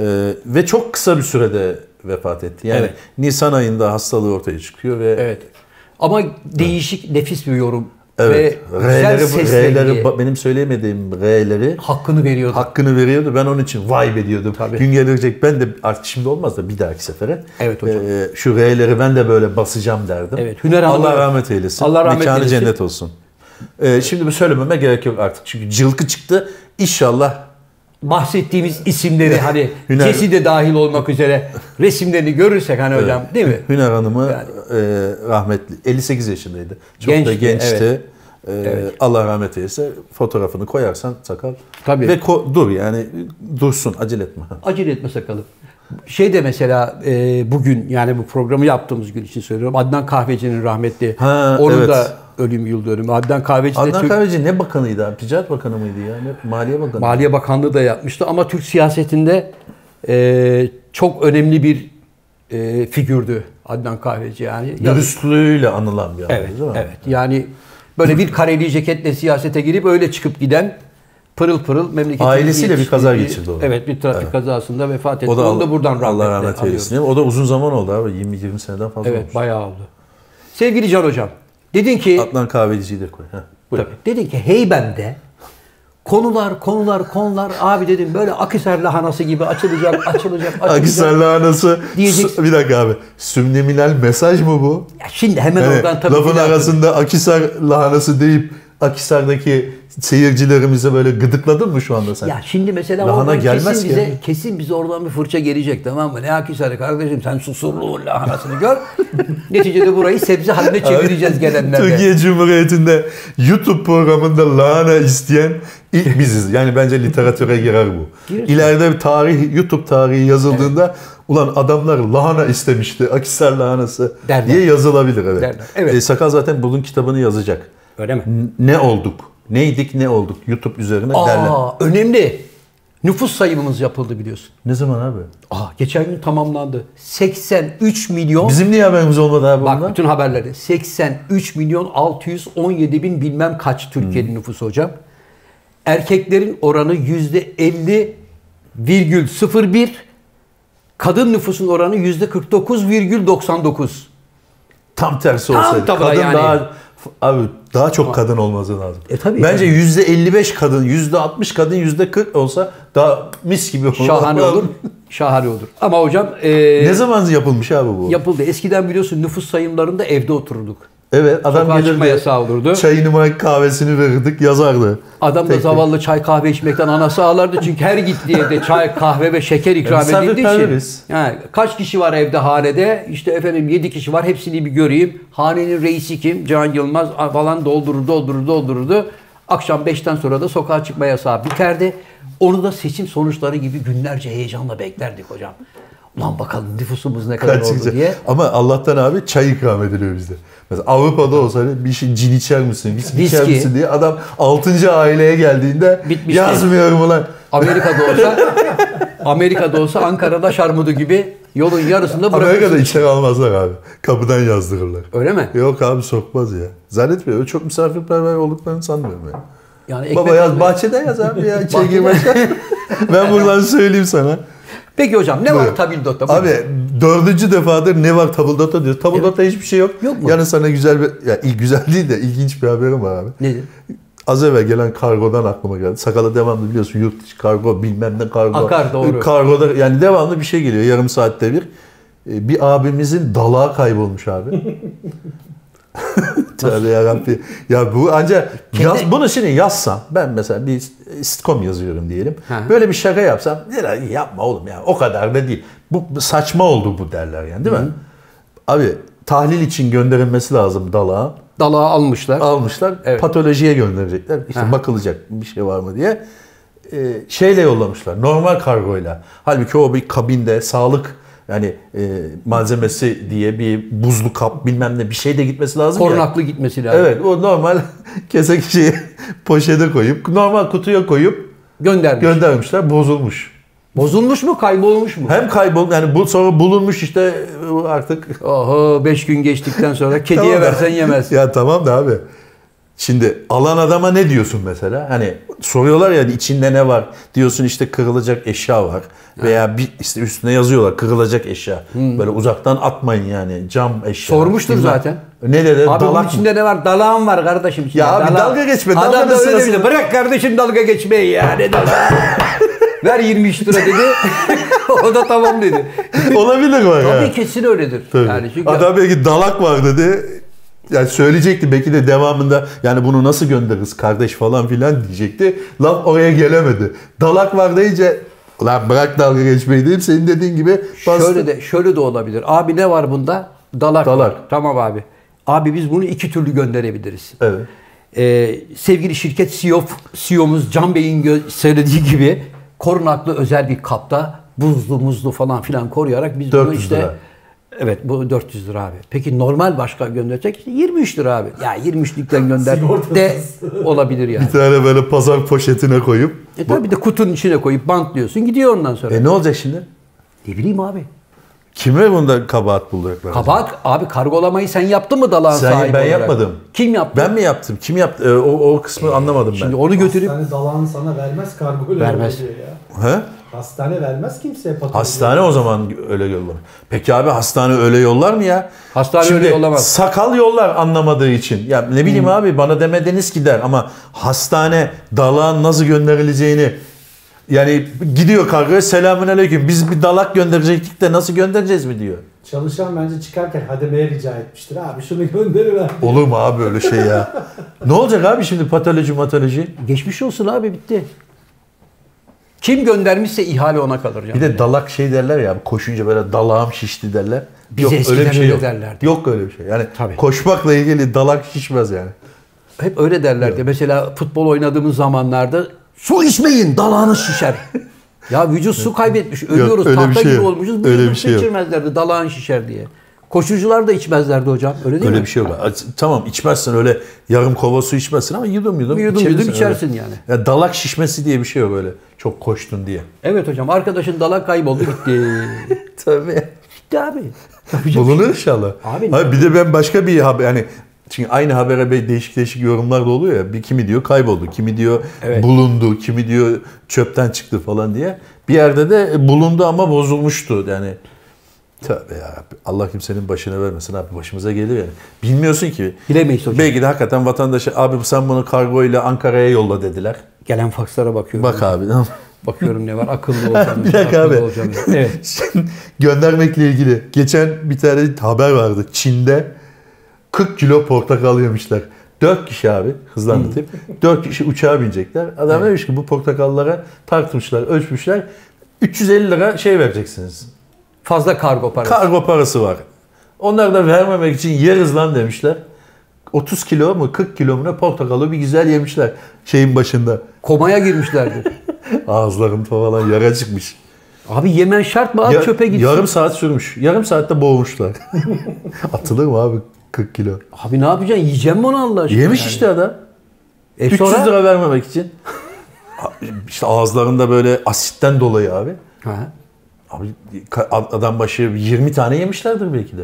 Speaker 2: Ee, ve çok kısa bir sürede vefat etti. Yani
Speaker 1: Evet.
Speaker 2: Nisan ayında hastalığı ortaya çıkıyor ve
Speaker 1: Evet. Ama değişik, nefis bir yorum
Speaker 2: Evet.
Speaker 1: Ve güzel
Speaker 2: R'leri,
Speaker 1: ses
Speaker 2: R'leri
Speaker 1: rengi.
Speaker 2: ba- benim söyleyemediğim R'leri
Speaker 1: hakkını veriyordu.
Speaker 2: hakkını veriyordu. Ben onun için vay be diyordum.
Speaker 1: Tabii.
Speaker 2: Gün gelecek ben de artık şimdi olmaz da bir dahaki sefere.
Speaker 1: Evet hocam.
Speaker 2: e, şu R'leri ben de böyle basacağım derdim.
Speaker 1: Evet, Hüner Hanım'a-
Speaker 2: Allah rahmet eylesin.
Speaker 1: Allah rahmet
Speaker 2: Mekanı
Speaker 1: eylesin.
Speaker 2: cennet olsun. E, şimdi bu söylememe gerek yok artık. Çünkü cılkı çıktı. İnşallah
Speaker 1: Bahsettiğimiz isimleri hani
Speaker 2: <laughs> Hüner-
Speaker 1: kesi de dahil olmak üzere resimlerini görürsek hani hocam değil mi?
Speaker 2: Hüner Hanım'ı e, rahmetli 58 yaşındaydı. Çok da
Speaker 1: Gençti,
Speaker 2: gençti.
Speaker 1: evet.
Speaker 2: E, Allah rahmet eylesin. Fotoğrafını koyarsan sakal.
Speaker 1: Tabii.
Speaker 2: Ve ko- dur yani dursun acele etme.
Speaker 1: Acele etme sakalım. Şey de mesela e, bugün yani bu programı yaptığımız gün için söylüyorum. Adnan Kahveci'nin rahmetli.
Speaker 2: Ha,
Speaker 1: onun
Speaker 2: evet.
Speaker 1: da ölüm yıl dönümü. Adnan Kahveci de
Speaker 2: Adnan
Speaker 1: Türk
Speaker 2: Kahveci ne bakanıydı abi? Ticaret bakanı mıydı ya? Ne- Maliye bakanı.
Speaker 1: Maliye Bakanlığı da yapmıştı ama Türk siyasetinde e, çok önemli bir e, figürdü Adnan Kahveci yani. Ya-
Speaker 2: Dürüstlüğüyle anılan bir adam
Speaker 1: Evet,
Speaker 2: değil mi?
Speaker 1: evet. Yani böyle bir kareli ceketle siyasete girip öyle çıkıp giden pırıl pırıl memleketin
Speaker 2: Ailesiyle bir
Speaker 1: yetiştiği-
Speaker 2: kaza geçirdi o.
Speaker 1: Evet bir trafik kazasında vefat etti.
Speaker 2: O da,
Speaker 1: Onu E, da buradan
Speaker 2: Allah
Speaker 1: rahmetle
Speaker 2: rahmet
Speaker 1: anıyoruz.
Speaker 2: eylesin. O da uzun zaman oldu abi. 20 20 seneden fazla
Speaker 1: Evet
Speaker 2: olmuş.
Speaker 1: bayağı oldu. Sevgili Can Hocam dedin ki
Speaker 2: Adnan Kahveci'yi de koy. Heh, buyur.
Speaker 1: Tabii. Dedi ki Heyben'de konular konular konular abi dedim böyle Akisar lahanası gibi
Speaker 2: <laughs>
Speaker 1: açılacak açılacak açılacak.
Speaker 2: Akhisar lahanası.
Speaker 1: Diyeceksin.
Speaker 2: Bir dakika abi. Sübliminal mesaj mı bu?
Speaker 1: Ya şimdi hemen
Speaker 2: Yani
Speaker 1: oradan tabii
Speaker 2: Hani lafın
Speaker 1: ki de-
Speaker 2: arasında Akisar lahanası deyip Akisar'daki seyircilerimize böyle gıdıkladın mı şu anda sen?
Speaker 1: Ya şimdi mesela
Speaker 2: Lahana
Speaker 1: oradan
Speaker 2: gelmez
Speaker 1: kesin
Speaker 2: ki
Speaker 1: bize
Speaker 2: yani.
Speaker 1: kesin bize oradan bir fırça gelecek tamam mı? Ne Akisar'ı kardeşim sen susurluğun lahanasını
Speaker 2: <laughs>
Speaker 1: gör. Neticede burayı sebze haline çevireceğiz gelenlerde.
Speaker 2: Türkiye Cumhuriyeti'nde YouTube programında lahana isteyen ilk biziz. Yani bence literatüre girer bu.
Speaker 1: Girer.
Speaker 2: İleride bir tarih YouTube tarihi yazıldığında ulan adamlar lahana istemişti. Akisar lahanası
Speaker 1: Derler.
Speaker 2: diye yazılabilir evet.
Speaker 1: Derler, evet.
Speaker 2: E, Sakal zaten bunun kitabını yazacak.
Speaker 1: Öyle mi?
Speaker 2: N- Ne olduk? Neydik ne olduk? YouTube üzerine derler.
Speaker 1: Aa, önemli. Nüfus sayımımız yapıldı biliyorsun.
Speaker 2: Ne zaman abi?
Speaker 1: Aa, geçen gün tamamlandı. 83 milyon
Speaker 2: Bizim niye haberimiz olmadı abi
Speaker 1: Bak
Speaker 2: bundan?
Speaker 1: bütün haberleri. 83 milyon 617 bin bilmem kaç Türkiye'nin
Speaker 2: Hmm.
Speaker 1: nüfusu hocam. Erkeklerin oranı yüzde 50,01. Kadın nüfusun oranı yüzde 49,99.
Speaker 2: Tam tersi olsaydı.
Speaker 1: tabii
Speaker 2: kadın
Speaker 1: yani.
Speaker 2: daha abi daha çok kadın olması lazım.
Speaker 1: E tabii
Speaker 2: Bence yüzde %55 kadın, yüzde %60 kadın, yüzde %40 olsa daha mis gibi olur.
Speaker 1: Şahane olur. Şahane olur. Ama hocam e,
Speaker 2: ne zaman yapılmış abi bu?
Speaker 1: yapıldı. Eskiden biliyorsun nüfus sayımlarında evde otururduk.
Speaker 2: evet adam
Speaker 1: Sokağa çıkma
Speaker 2: gelirdi.
Speaker 1: yasağı olurdu.
Speaker 2: Çayını may- kahvesini verirdik yazardı.
Speaker 1: Adam da
Speaker 2: Tek tek.
Speaker 1: zavallı çay kahve içmekten anası ağlardı çünkü her gittiği evde çay, kahve ve şeker ikram
Speaker 2: misafir
Speaker 1: edildiği için.
Speaker 2: perveriz.
Speaker 1: Yani kaç kişi var evde hanede? İşte efendim 7 kişi var hepsini bir göreyim. Hanenin reisi kim? Can Yılmaz falan doldurur doldurur doldururdu. Akşam 5'ten sonra da sokağa çıkma yasağı biterdi. Onu da seçim sonuçları gibi günlerce heyecanla beklerdik hocam. Ulan bakalım nüfusumuz ne kadar
Speaker 2: Kaç
Speaker 1: oldu
Speaker 2: çıkacak?
Speaker 1: diye.
Speaker 2: Ama Allah'tan abi çay ikram ediliyor bizde. Mesela Avrupa'da olsa hani bir şey cin içer misin, viski içer
Speaker 1: Viski.
Speaker 2: misin diye adam 6. aileye geldiğinde
Speaker 1: Bitmişti.
Speaker 2: yazmıyorum ulan.
Speaker 1: Amerika'da olsa Amerika'da olsa Ankara'da şarmudu gibi yolun yarısında bırakıyorsun.
Speaker 2: Amerika'da içeri almazlar abi. Kapıdan yazdırırlar.
Speaker 1: Öyle mi?
Speaker 2: Yok abi sokmaz ya. Zannetmiyorum. Öyle Çok misafirperver olduklarını sanmıyorum ya.
Speaker 1: Yani ekmek
Speaker 2: Baba yaz
Speaker 1: almaya-
Speaker 2: bahçede yaz
Speaker 1: <laughs>
Speaker 2: abi ya. İçeri girmez. ben buradan söyleyeyim sana.
Speaker 1: Peki hocam ne
Speaker 2: Buyur.
Speaker 1: var tabildota? Buyurun.
Speaker 2: Abi dördüncü defadır ne var tabuldata diyor. Tabuldata hiçbir şey yok.
Speaker 1: Yok mu?
Speaker 2: Yarın sana güzel bir, ya iyi- güzel değil de ilginç bir haberim var abi.
Speaker 1: Nedir?
Speaker 2: Az evvel gelen kargodan aklıma geldi. Sakala devamlı biliyorsun yurt dışı kargo bilmem ne kargo. E,
Speaker 1: Akar, doğru.
Speaker 2: Kargoda yani devamlı bir şey geliyor yarım saatte bir. Ee, Bir abimizin dalağı
Speaker 1: <laughs>
Speaker 2: kaybolmuş abi. Tövbe yarabbi. Ya bu ancak yaz, bunu şimdi yazsam ben mesela bir sitcom yazıyorum diyelim.
Speaker 1: Ha.
Speaker 2: Böyle bir şaka yapsam "Ya yapma oğlum ya o kadar da değil. Bu bu saçma oldu bu derler yani değil mi? Abi tahlil için gönderilmesi lazım dalağa
Speaker 1: Dalağı almışlar.
Speaker 2: almışlar.
Speaker 1: Evet.
Speaker 2: Patolojiye gönderecekler. İşte bakılacak bir şey var mı diye. Ee, şeyle yollamışlar. Normal kargoyla. Halbuki o bir kabinde sağlık yani e, malzemesi diye bir buzlu kap bilmem ne bir şey de gitmesi lazım ya.
Speaker 1: Korunaklı gitmesi lazım.
Speaker 2: Evet o normal <laughs> kese şeyi <laughs> poşete koyup normal kutuya koyup
Speaker 1: Göndermiş.
Speaker 2: göndermişler bozulmuş.
Speaker 1: Bozulmuş mu kaybolmuş mu?
Speaker 2: Hem kaybol yani bu sonra bulunmuş işte e, artık
Speaker 1: Oho 5 gün geçtikten sonra kediye
Speaker 2: Tamam da-
Speaker 1: versen yemez.
Speaker 2: Ya tamam da abi. Şimdi alan adama ne diyorsun mesela? Hani soruyorlar ya içinde ne var? Diyorsun işte kırılacak eşya var. Veya bir işte üstüne yazıyorlar kırılacak eşya. Böyle uzaktan atmayın yani cam eşya.
Speaker 1: Hmm. Sormuştur
Speaker 2: Bilmem-
Speaker 1: zaten.
Speaker 2: Ne dedi?
Speaker 1: Abi bunun
Speaker 2: Dalak mı?
Speaker 1: içinde ne var? Dalağım var kardeşim. içinde,
Speaker 2: Ya abi
Speaker 1: dalağım.
Speaker 2: dalga geçme, dalga
Speaker 1: Adam
Speaker 2: da
Speaker 1: da öyle
Speaker 2: sırası-
Speaker 1: dedi. Bırak kardeşim dalga geçmeyi ya. Ne dalak? Ver 23 lira dedi. <laughs> o da tamam dedi.
Speaker 2: <laughs> Olabilir var ya.
Speaker 1: Tabii kesin öyledir.
Speaker 2: Tabii.
Speaker 1: Yani çünkü
Speaker 2: Adam belki dalak var dedi. Yani söyleyecekti belki de devamında yani bunu nasıl göndeririz kardeş falan filan diyecekti. Laf oraya gelemedi. Dalak var deyince lan bırak dalga geçmeyi deyip senin dediğin gibi bastı.
Speaker 1: şöyle de şöyle de olabilir. Abi ne var bunda? Dalak. var.
Speaker 2: Dalak.
Speaker 1: Tamam abi. Abi biz bunu iki türlü gönderebiliriz.
Speaker 2: Evet.
Speaker 1: Ee, sevgili şirket E CEO, CEO'muz Can Bey'in gö- söylediği gibi korunaklı özel bir kapta buzlu muzlu falan filan koruyarak biz bunu
Speaker 2: 400
Speaker 1: işte
Speaker 2: lira.
Speaker 1: Evet bu 400 lira abi. Peki normal başka gönderecek işte 23 lira abi. Ya 23'lükten gönder de olabilir yani.
Speaker 2: Bir tane böyle pazar poşetine koyup.
Speaker 1: E tabi bir de kutunun içine koyup bantlıyorsun gidiyor ondan sonra.
Speaker 2: E ne olacak şimdi?
Speaker 1: Ne bileyim abi.
Speaker 2: Kime bunda kabahat bulacaklar?
Speaker 1: Kabahat abi kargolamayı sen yaptın mı dalağın
Speaker 2: Sen-
Speaker 1: sahibi
Speaker 2: ben
Speaker 1: olarak?
Speaker 2: yapmadım.
Speaker 1: Kim yaptı?
Speaker 2: Ben mi yaptım? Kim yaptı? E, o, o kısmı anlamadım ben.
Speaker 1: Şimdi onu götürüp
Speaker 3: Hastane dalağını sana vermez kargo öyle
Speaker 1: Vermez.
Speaker 3: oluyor ya.
Speaker 2: He?
Speaker 3: Hastane vermez kimseye patoloji.
Speaker 2: Hastane o zaman öyle yollar. Peki abi hastane öyle yollar mı ya?
Speaker 1: Hastane
Speaker 2: Şimdi
Speaker 1: öyle yollamaz. Hmm.
Speaker 2: Sakal yollar anlamadığı için. Ya ne bileyim abi bana demedeniz gider ama hastane dalağın nasıl gönderileceğini yani gidiyor kargoya selamün aleyküm biz bir dalak gönderecektik de nasıl göndereceğiz mi diyor.
Speaker 3: Çalışan bence çıkarken hademeye rica etmiştir. Abi şunu gönderiver.
Speaker 2: Olur mu abi öyle şey
Speaker 1: <laughs>
Speaker 2: ya? ne olacak abi şimdi patoloji matoloji?
Speaker 1: geçmiş olsun abi bitti. Kim göndermişse ihale ona kalır yani.
Speaker 2: Bir de dalak şey derler ya koşunca böyle dalağım şişti derler.
Speaker 1: Bize eskiden öyle derlerdi.
Speaker 2: şey Yok öyle bir şey. Yani
Speaker 1: Tabii.
Speaker 2: koşmakla ilgili dalak şişmez yani.
Speaker 1: Hep öyle derlerdi. Mesela futbol oynadığımız zamanlarda su içmeyin dalağınız şişer. ya vücut su kaybetmiş. Ölüyoruz.
Speaker 2: öyle bir
Speaker 1: tahta
Speaker 2: şey
Speaker 1: gibi
Speaker 2: yok.
Speaker 1: olmuşuz. Bu
Speaker 2: Öyle
Speaker 1: yüzden
Speaker 2: bir
Speaker 1: su
Speaker 2: şey yok.
Speaker 1: içirmezlerdi dalağın şişer diye. Koşucular da içmezlerdi hocam. Öyle değil
Speaker 2: Öyle
Speaker 1: mi?
Speaker 2: bir şey yok. Aç- Tamam içmezsin öyle yarım kova su içmezsin ama yudum yudum
Speaker 1: Bir yudum yudum
Speaker 2: içebilirsin
Speaker 1: içersin
Speaker 2: öyle.
Speaker 1: yani.
Speaker 2: Ya dalak şişmesi diye bir şey yok öyle. Çok koştun diye.
Speaker 1: Evet hocam. Arkadaşın dalak kayboldu gitti.
Speaker 2: <laughs> Tabii.
Speaker 1: gitti abi.
Speaker 2: Bulunur inşallah.
Speaker 1: Abi-
Speaker 2: Abi bir de ben başka bir haber yani çünkü aynı habere böyle değişik değişik yorumlar da oluyor ya. Bir kimi diyor kayboldu, kimi diyor
Speaker 1: Evet.
Speaker 2: bulundu, kimi diyor çöpten çıktı falan diye. Bir yerde de bulundu ama bozulmuştu yani. Tabii ya Rabbi, Allah kimsenin başına vermesin abi başımıza gelir yani. Bilmiyorsun ki.
Speaker 1: Bilemeyiz hocam.
Speaker 2: Belki de hakikaten vatandaşa abi sen bunu kargo ile Ankara'ya yolla dediler.
Speaker 1: Gelen fakslara bakıyorum.
Speaker 2: Bak abi.
Speaker 1: Bakıyorum ne var.
Speaker 2: <laughs>
Speaker 1: Akıllı olacağım.
Speaker 2: Bir dakika
Speaker 1: akıllı
Speaker 2: abi.
Speaker 1: olacağım. Evet.
Speaker 2: <laughs> Şimdi göndermekle ilgili geçen bir tane haber vardı. Çin'de 40 kilo portakal yemişler. 4 kişi abi hızlı anlatayım. 4 kişi uçağa binecekler. Adam demiş ki bu portakallara tartmışlar, ölçmüşler. 350 lira şey vereceksiniz.
Speaker 1: Fazla kargo parası.
Speaker 2: Kargo parası var. Onlar da vermemek için yeriz lan demişler. 30 kilo mu 40 kilo mu ne portakalı bir güzel yemişler şeyin başında.
Speaker 1: Komaya girmişlerdi.
Speaker 2: Ağızlarım falan yara çıkmış.
Speaker 1: Abi yemen şart mı? Abi
Speaker 2: Ya-
Speaker 1: çöpe gitsin.
Speaker 2: Yarım saat sürmüş. Yarım saatte boğmuşlar. <laughs> Atılır mı abi 40 kilo?
Speaker 1: Abi ne yapacaksın? Yiyeceğim mi onu Allah aşkına?
Speaker 2: Yemiş
Speaker 1: yani?
Speaker 2: işte adam.
Speaker 1: E
Speaker 2: 300
Speaker 1: sonra-
Speaker 2: lira vermemek için. işte ağızlarında böyle asitten dolayı abi.
Speaker 1: Ha.
Speaker 2: Abi ka- adam başı 20 tane yemişlerdir belki de.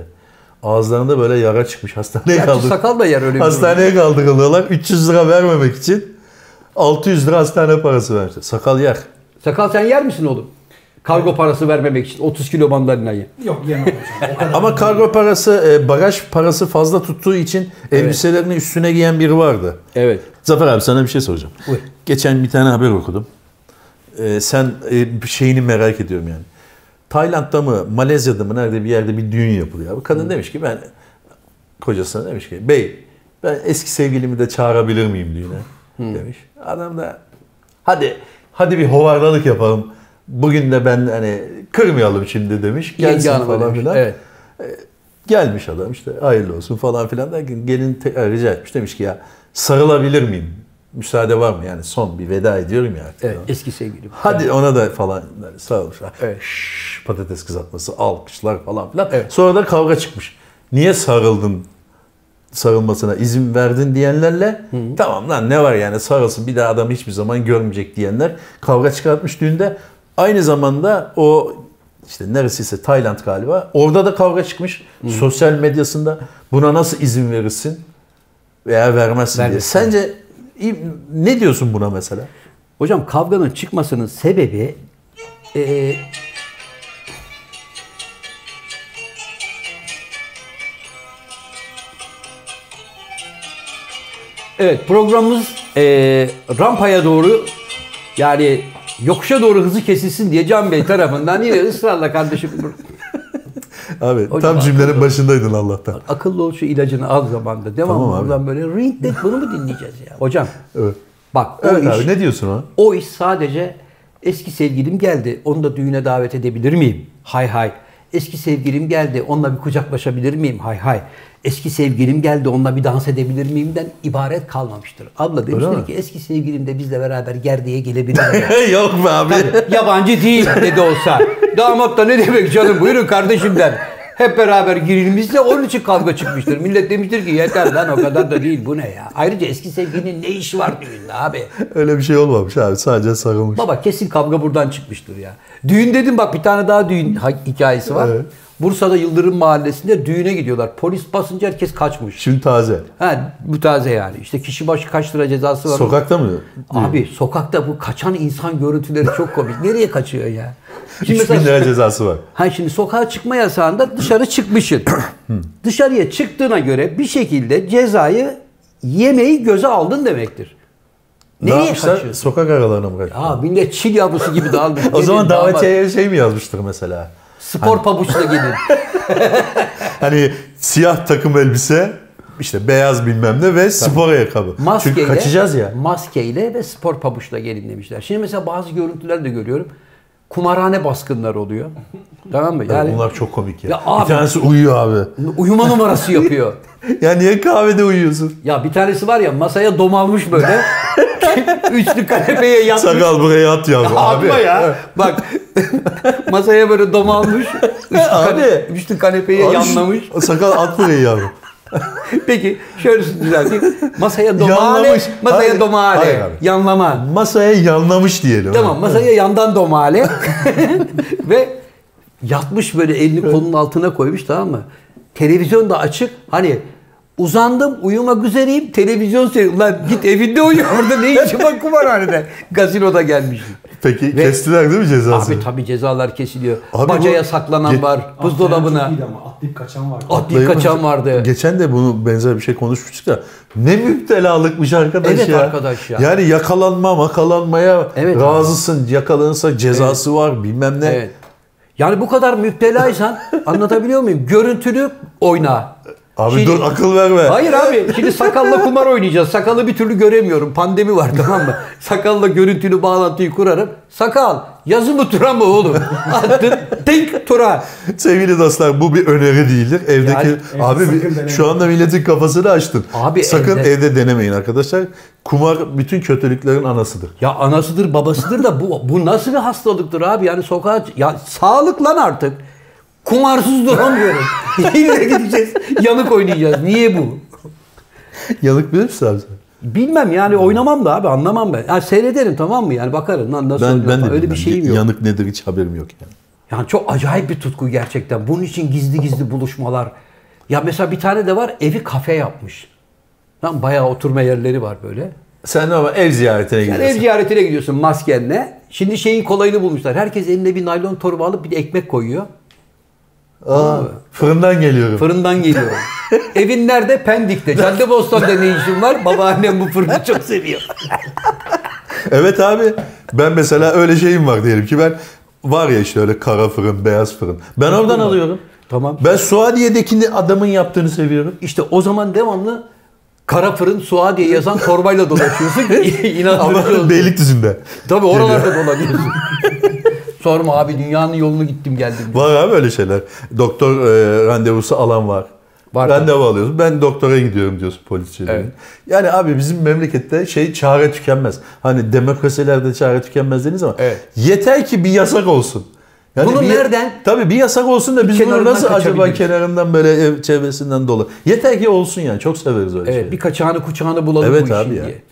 Speaker 2: Ağızlarında böyle yara çıkmış. Hastaneye
Speaker 1: Gerçi
Speaker 2: kaldı.
Speaker 1: sakal da yer öyle bir durumda.
Speaker 2: Hastaneye kaldırılıyorlar. 300 lira vermemek için 600 lira hastane parası vermişler. Sakal yer.
Speaker 1: Sakal sen yer misin oğlum? Kargo parası vermemek için 30 kilo mandalinayı.
Speaker 3: Yok yemem hocam. O kadar.
Speaker 2: Ama kargo parası, e, bagaj parası fazla tuttuğu için elbiselerini üstüne giyen biri vardı.
Speaker 1: Evet.
Speaker 2: Zafer abi sana bir şey soracağım.
Speaker 1: Buyur.
Speaker 2: Geçen bir tane haber okudum. Ee, sen e, bir şeyini merak ediyorum yani. Tayland'da mı, Malezya'da mı nerede bir yerde bir düğün yapılıyor. abi. Kadın demiş ki ben kocasına demiş ki bey ben eski sevgilimi de çağırabilir miyim düğüne demiş. Adam da hadi hadi bir hovardalık yapalım. Bugün de ben hani kırmayalım şimdi demiş. Gelsin
Speaker 1: Yenge hanıma
Speaker 2: falan
Speaker 1: demiş.
Speaker 2: filan.
Speaker 1: Evet.
Speaker 2: Gelmiş adam işte hayırlı olsun falan filan derken gelin tekrar rica etmiş. Demiş ki ya sarılabilir miyim? Müsaade var mı? Yani son bir veda ediyorum ya artık.
Speaker 1: evet. Eski sevgilim.
Speaker 2: Hadi ona da falan yani sağ olun.
Speaker 1: Evet.
Speaker 2: Şşş, patates kızartması, alkışlar falan filan.
Speaker 1: Evet.
Speaker 2: Sonra da kavga çıkmış. Niye sarıldın? Sarılmasına izin verdin diyenlerle tamam lan ne var yani sarılsın bir daha adamı hiçbir zaman görmeyecek diyenler kavga çıkartmış düğünde. Aynı zamanda o işte neresiyse Tayland galiba orada da kavga çıkmış. Sosyal medyasında buna nasıl izin verirsin? Veya vermezsin diye.
Speaker 1: Vermezsin.
Speaker 2: Sence iyi- ne diyorsun buna mesela?
Speaker 1: Hocam kavganın çıkmasının sebebi e, eee, Evet programımız eee, rampaya doğru yani yokuşa doğru hızı kesilsin diye Can Bey tarafından yine ısrarla kardeşim
Speaker 2: Abi
Speaker 1: Hocam,
Speaker 2: tam cümlenin başındaydın Allah'tan.
Speaker 1: akıllı ol şu ilacını al zamanda. Devam
Speaker 2: Tamam abi.
Speaker 1: buradan böyle ring dek bunu mu dinleyeceğiz ya? Hocam
Speaker 2: Evet.
Speaker 1: bak o
Speaker 2: Evet
Speaker 1: iş
Speaker 2: abi ne
Speaker 1: <laughs>
Speaker 2: diyorsun ona?
Speaker 1: O iş sadece eski sevgilim geldi. Onu da düğüne davet edebilir miyim? Hay hay. Eski sevgilim geldi. Onunla bir kucaklaşabilir miyim? Hay hay. Eski sevgilim geldi. Onunla bir dans edebilir miyimden ibaret kalmamıştır. Abla
Speaker 2: mi?
Speaker 1: demiştir ki eski sevgilim de bizle beraber gerdiğe gelebilir mi? <laughs>
Speaker 2: Yok be abi.
Speaker 1: Yabancı değil dedi olsa. Damat da ne demek canım buyurun kardeşim der. Hep beraber girilmişse onun için kavga çıkmıştır. Millet demiştir ki yeter lan o kadar da değil bu ne ya. Ayrıca eski sevgilinin ne işi var düğünde abi.
Speaker 2: Öyle bir şey olmamış abi. Sadece sarılmış.
Speaker 1: Baba kesin kavga buradan çıkmıştır ya. Düğün dedim bak bir tane daha düğün ha- hikayesi var.
Speaker 2: Evet.
Speaker 1: Bursa'da Yıldırım Mahallesi'nde düğüne gidiyorlar. Polis basınca herkes kaçmış.
Speaker 2: Şimdi taze.
Speaker 1: Ha bu taze yani. İşte kişi başı kaç lira cezası var.
Speaker 2: Sokakta mı?
Speaker 1: Abi sokakta bu kaçan insan görüntüleri çok komik. Nereye kaçıyor ya?
Speaker 2: 3000 lira cezası var.
Speaker 1: Ha şimdi sokağa çıkma yasağında dışarı
Speaker 2: <clears throat>
Speaker 1: çıkmışsın. Dışarıya çıktığına göre bir şekilde cezayı yemeyi göze aldın demektir. <laughs>
Speaker 2: Ne
Speaker 1: Nereye
Speaker 2: yapmışlar?
Speaker 1: kaçıyorsun?
Speaker 2: Sokak aralarına mı kaçıyor?
Speaker 1: Aa millet çil yavrusu gibi dağılmış.
Speaker 2: <laughs> O zaman
Speaker 1: Gelin, damat.
Speaker 2: davetiye şey mi yazmıştır mesela?
Speaker 1: Spor pabuçla
Speaker 2: <laughs>
Speaker 1: gelin.
Speaker 2: Hani siyah takım elbise, işte beyaz bilmem ne ve spor ayakkabı.
Speaker 1: Maskeyle,
Speaker 2: Çünkü kaçacağız ya.
Speaker 1: Maskeyle ve spor pabuçla gelin demişler. Şimdi mesela bazı görüntüler de görüyorum. Kumarhane baskınları oluyor. tamam mı? Yani
Speaker 2: Bunlar çok komik ya.
Speaker 1: Ya
Speaker 2: bir
Speaker 1: abi-
Speaker 2: tanesi uyuyor abi.
Speaker 1: uyuma numarası yapıyor.
Speaker 2: Ya niye kahvede uyuyorsun?
Speaker 1: Ya bir tanesi var ya masaya domalmış
Speaker 2: <laughs>
Speaker 1: böyle. Üçlü kanepeye yatmış.
Speaker 2: Sakal buraya at yavrum. abi.
Speaker 1: Atma ya. Bak masaya böyle
Speaker 2: <laughs>
Speaker 1: domalmış. Üçlü, kane-
Speaker 2: Abi.
Speaker 1: üçlü kanepeye
Speaker 2: Abi,
Speaker 1: yanlamış.
Speaker 2: Sakal at buraya yavrum.
Speaker 1: Peki şöyle düzelteyim. Masaya domale.
Speaker 2: Yanlamış.
Speaker 1: Masaya
Speaker 2: Hayır. Hayır
Speaker 1: domale.
Speaker 2: abi.
Speaker 1: Yanlama.
Speaker 2: Masaya yanlamış diyelim.
Speaker 1: Tamam masaya yandan
Speaker 2: <laughs>
Speaker 1: domale ve yatmış böyle elini kolunun altına koymuş tamam mı? Televizyon da açık hani uzandım uyumak üzereyim televizyon seyrediyorum. Lan git evinde
Speaker 2: <laughs>
Speaker 1: uyu orada ne işin var kumarhanede. Gazinoda gelmişim.
Speaker 2: Peki
Speaker 1: Ve-
Speaker 2: kestiler değil mi cezası?
Speaker 1: Abi tabii cezalar kesiliyor.
Speaker 2: Abi bu-
Speaker 1: Bacaya saklanan
Speaker 2: Ge-
Speaker 1: var.
Speaker 3: Atlayan
Speaker 1: <laughs> Buzdolabına.
Speaker 3: çok iyiydi ama atlayıp kaçan vardı.
Speaker 1: Atlayıp kaçan vardı.
Speaker 2: Geçen de bunu benzer bir şey konuşmuştuk da ne müptelalıkmış arkadaş
Speaker 1: Evet
Speaker 2: ya.
Speaker 1: arkadaş ya.
Speaker 2: Yani yakalanma makalanmaya
Speaker 1: Evet abi.
Speaker 2: razısın. Yakalanırsa cezası var bilmem ne.
Speaker 1: Evet. Yani bu kadar
Speaker 2: <laughs>
Speaker 1: müptelaysan anlatabiliyor muyum? Görüntülü oyna.
Speaker 2: Abi
Speaker 1: Şimdi-
Speaker 2: dur akıl verme.
Speaker 1: Hayır abi şimdi sakalla kumar oynayacağız. Sakalı bir türlü göremiyorum. Pandemi var tamam mı? Sakalla görüntülü bağlantıyı kurarım. Sakal yazı mı tura mı oğlum? Attın tek tura.
Speaker 2: Sevgili dostlar bu bir öneri değildir. Evdeki
Speaker 1: Yani
Speaker 3: evde
Speaker 2: abi
Speaker 3: sakın
Speaker 2: bir-
Speaker 3: denemeyin.
Speaker 2: şu anda milletin kafasını açtın.
Speaker 1: Abi
Speaker 2: sakın
Speaker 1: evde-
Speaker 2: evde denemeyin arkadaşlar. Kumar bütün kötülüklerin anasıdır.
Speaker 1: Ya anasıdır babasıdır da bu, bu nasıl bir hastalıktır abi? Yani sokağa ya sağlık lan artık. Kumarsız
Speaker 2: <laughs>
Speaker 1: duramıyorum. Yine gideceğiz yanık oynayacağız. Niye bu?
Speaker 2: Yanık bilir misin abi sen?
Speaker 1: Bilmem yani oynamam da abi anlamam ben. Ya seyrederim tamam mı yani bakarım lan nasıl
Speaker 2: Ben,
Speaker 1: oynuyor
Speaker 2: ben de
Speaker 1: falan. öyle bir
Speaker 2: bilmem.
Speaker 1: şeyim yok.
Speaker 2: Yanık nedir hiç haberim yok yani.
Speaker 1: Yani çok acayip bir tutku gerçekten. Bunun için gizli gizli buluşmalar. Ya mesela bir tane de var evi kafe yapmış. Lan bayağı oturma yerleri var böyle.
Speaker 2: Sen ama ev ziyaretine
Speaker 1: Yani
Speaker 2: gidiyorsun.
Speaker 1: ev ziyaretine gidiyorsun maskenle. Şimdi şeyin kolayını bulmuşlar. Herkes eline bir naylon torba alıp bir de ekmek koyuyor.
Speaker 2: Aa, fırından geliyorum.
Speaker 1: Fırından geliyor.
Speaker 2: <laughs>
Speaker 1: Evin nerede? Pendik'te. Caddebostan'da ne işin var? Babaannem bu fırını çok seviyor.
Speaker 2: Evet abi. Ben mesela öyle şeyim var diyelim ki ben var ya işte öyle kara fırın, beyaz fırın. Ben oradan alıyorum.
Speaker 1: Tamam.
Speaker 2: Ben Suadiye'dekini adamın yaptığını seviyorum.
Speaker 1: İşte o zaman devamlı kara fırın Suadiye yazan torbayla
Speaker 2: <laughs>
Speaker 1: dolaşıyorsun.
Speaker 2: Ama
Speaker 1: İnandırıcı olsun.
Speaker 2: <laughs> Beylikdüzü'nde.
Speaker 1: Tabii oralarda dolanıyorsun. <laughs> Sorma abi dünyanın yolunu gittim geldim. diye.
Speaker 2: Var abi öyle şeyler. Doktor e, randevusu alan var.
Speaker 1: Var
Speaker 2: Randevu alıyorsun. Ben doktora gidiyorum diyorsun polisçilerin.
Speaker 1: Evet.
Speaker 2: Yani abi bizim memlekette şey çare tükenmez. Hani demokrasilerde çare tükenmez dediniz ama
Speaker 1: Evet.
Speaker 2: yeter ki bir yasak olsun. Yani
Speaker 1: Bunu
Speaker 2: bir-
Speaker 1: nereden?
Speaker 2: Tabii bir yasak olsun da biz bunu
Speaker 1: Kenarından
Speaker 2: nasıl acaba
Speaker 1: kaçabiliriz?
Speaker 2: kenarından böyle ev çevresinden dolu. Yeter ki olsun yani. Çok severiz öyle
Speaker 1: Evet
Speaker 2: şeyleri.
Speaker 1: bir kaçağını kuçağını bulalım
Speaker 2: Evet
Speaker 1: bu işin
Speaker 2: abi ya.
Speaker 1: diye.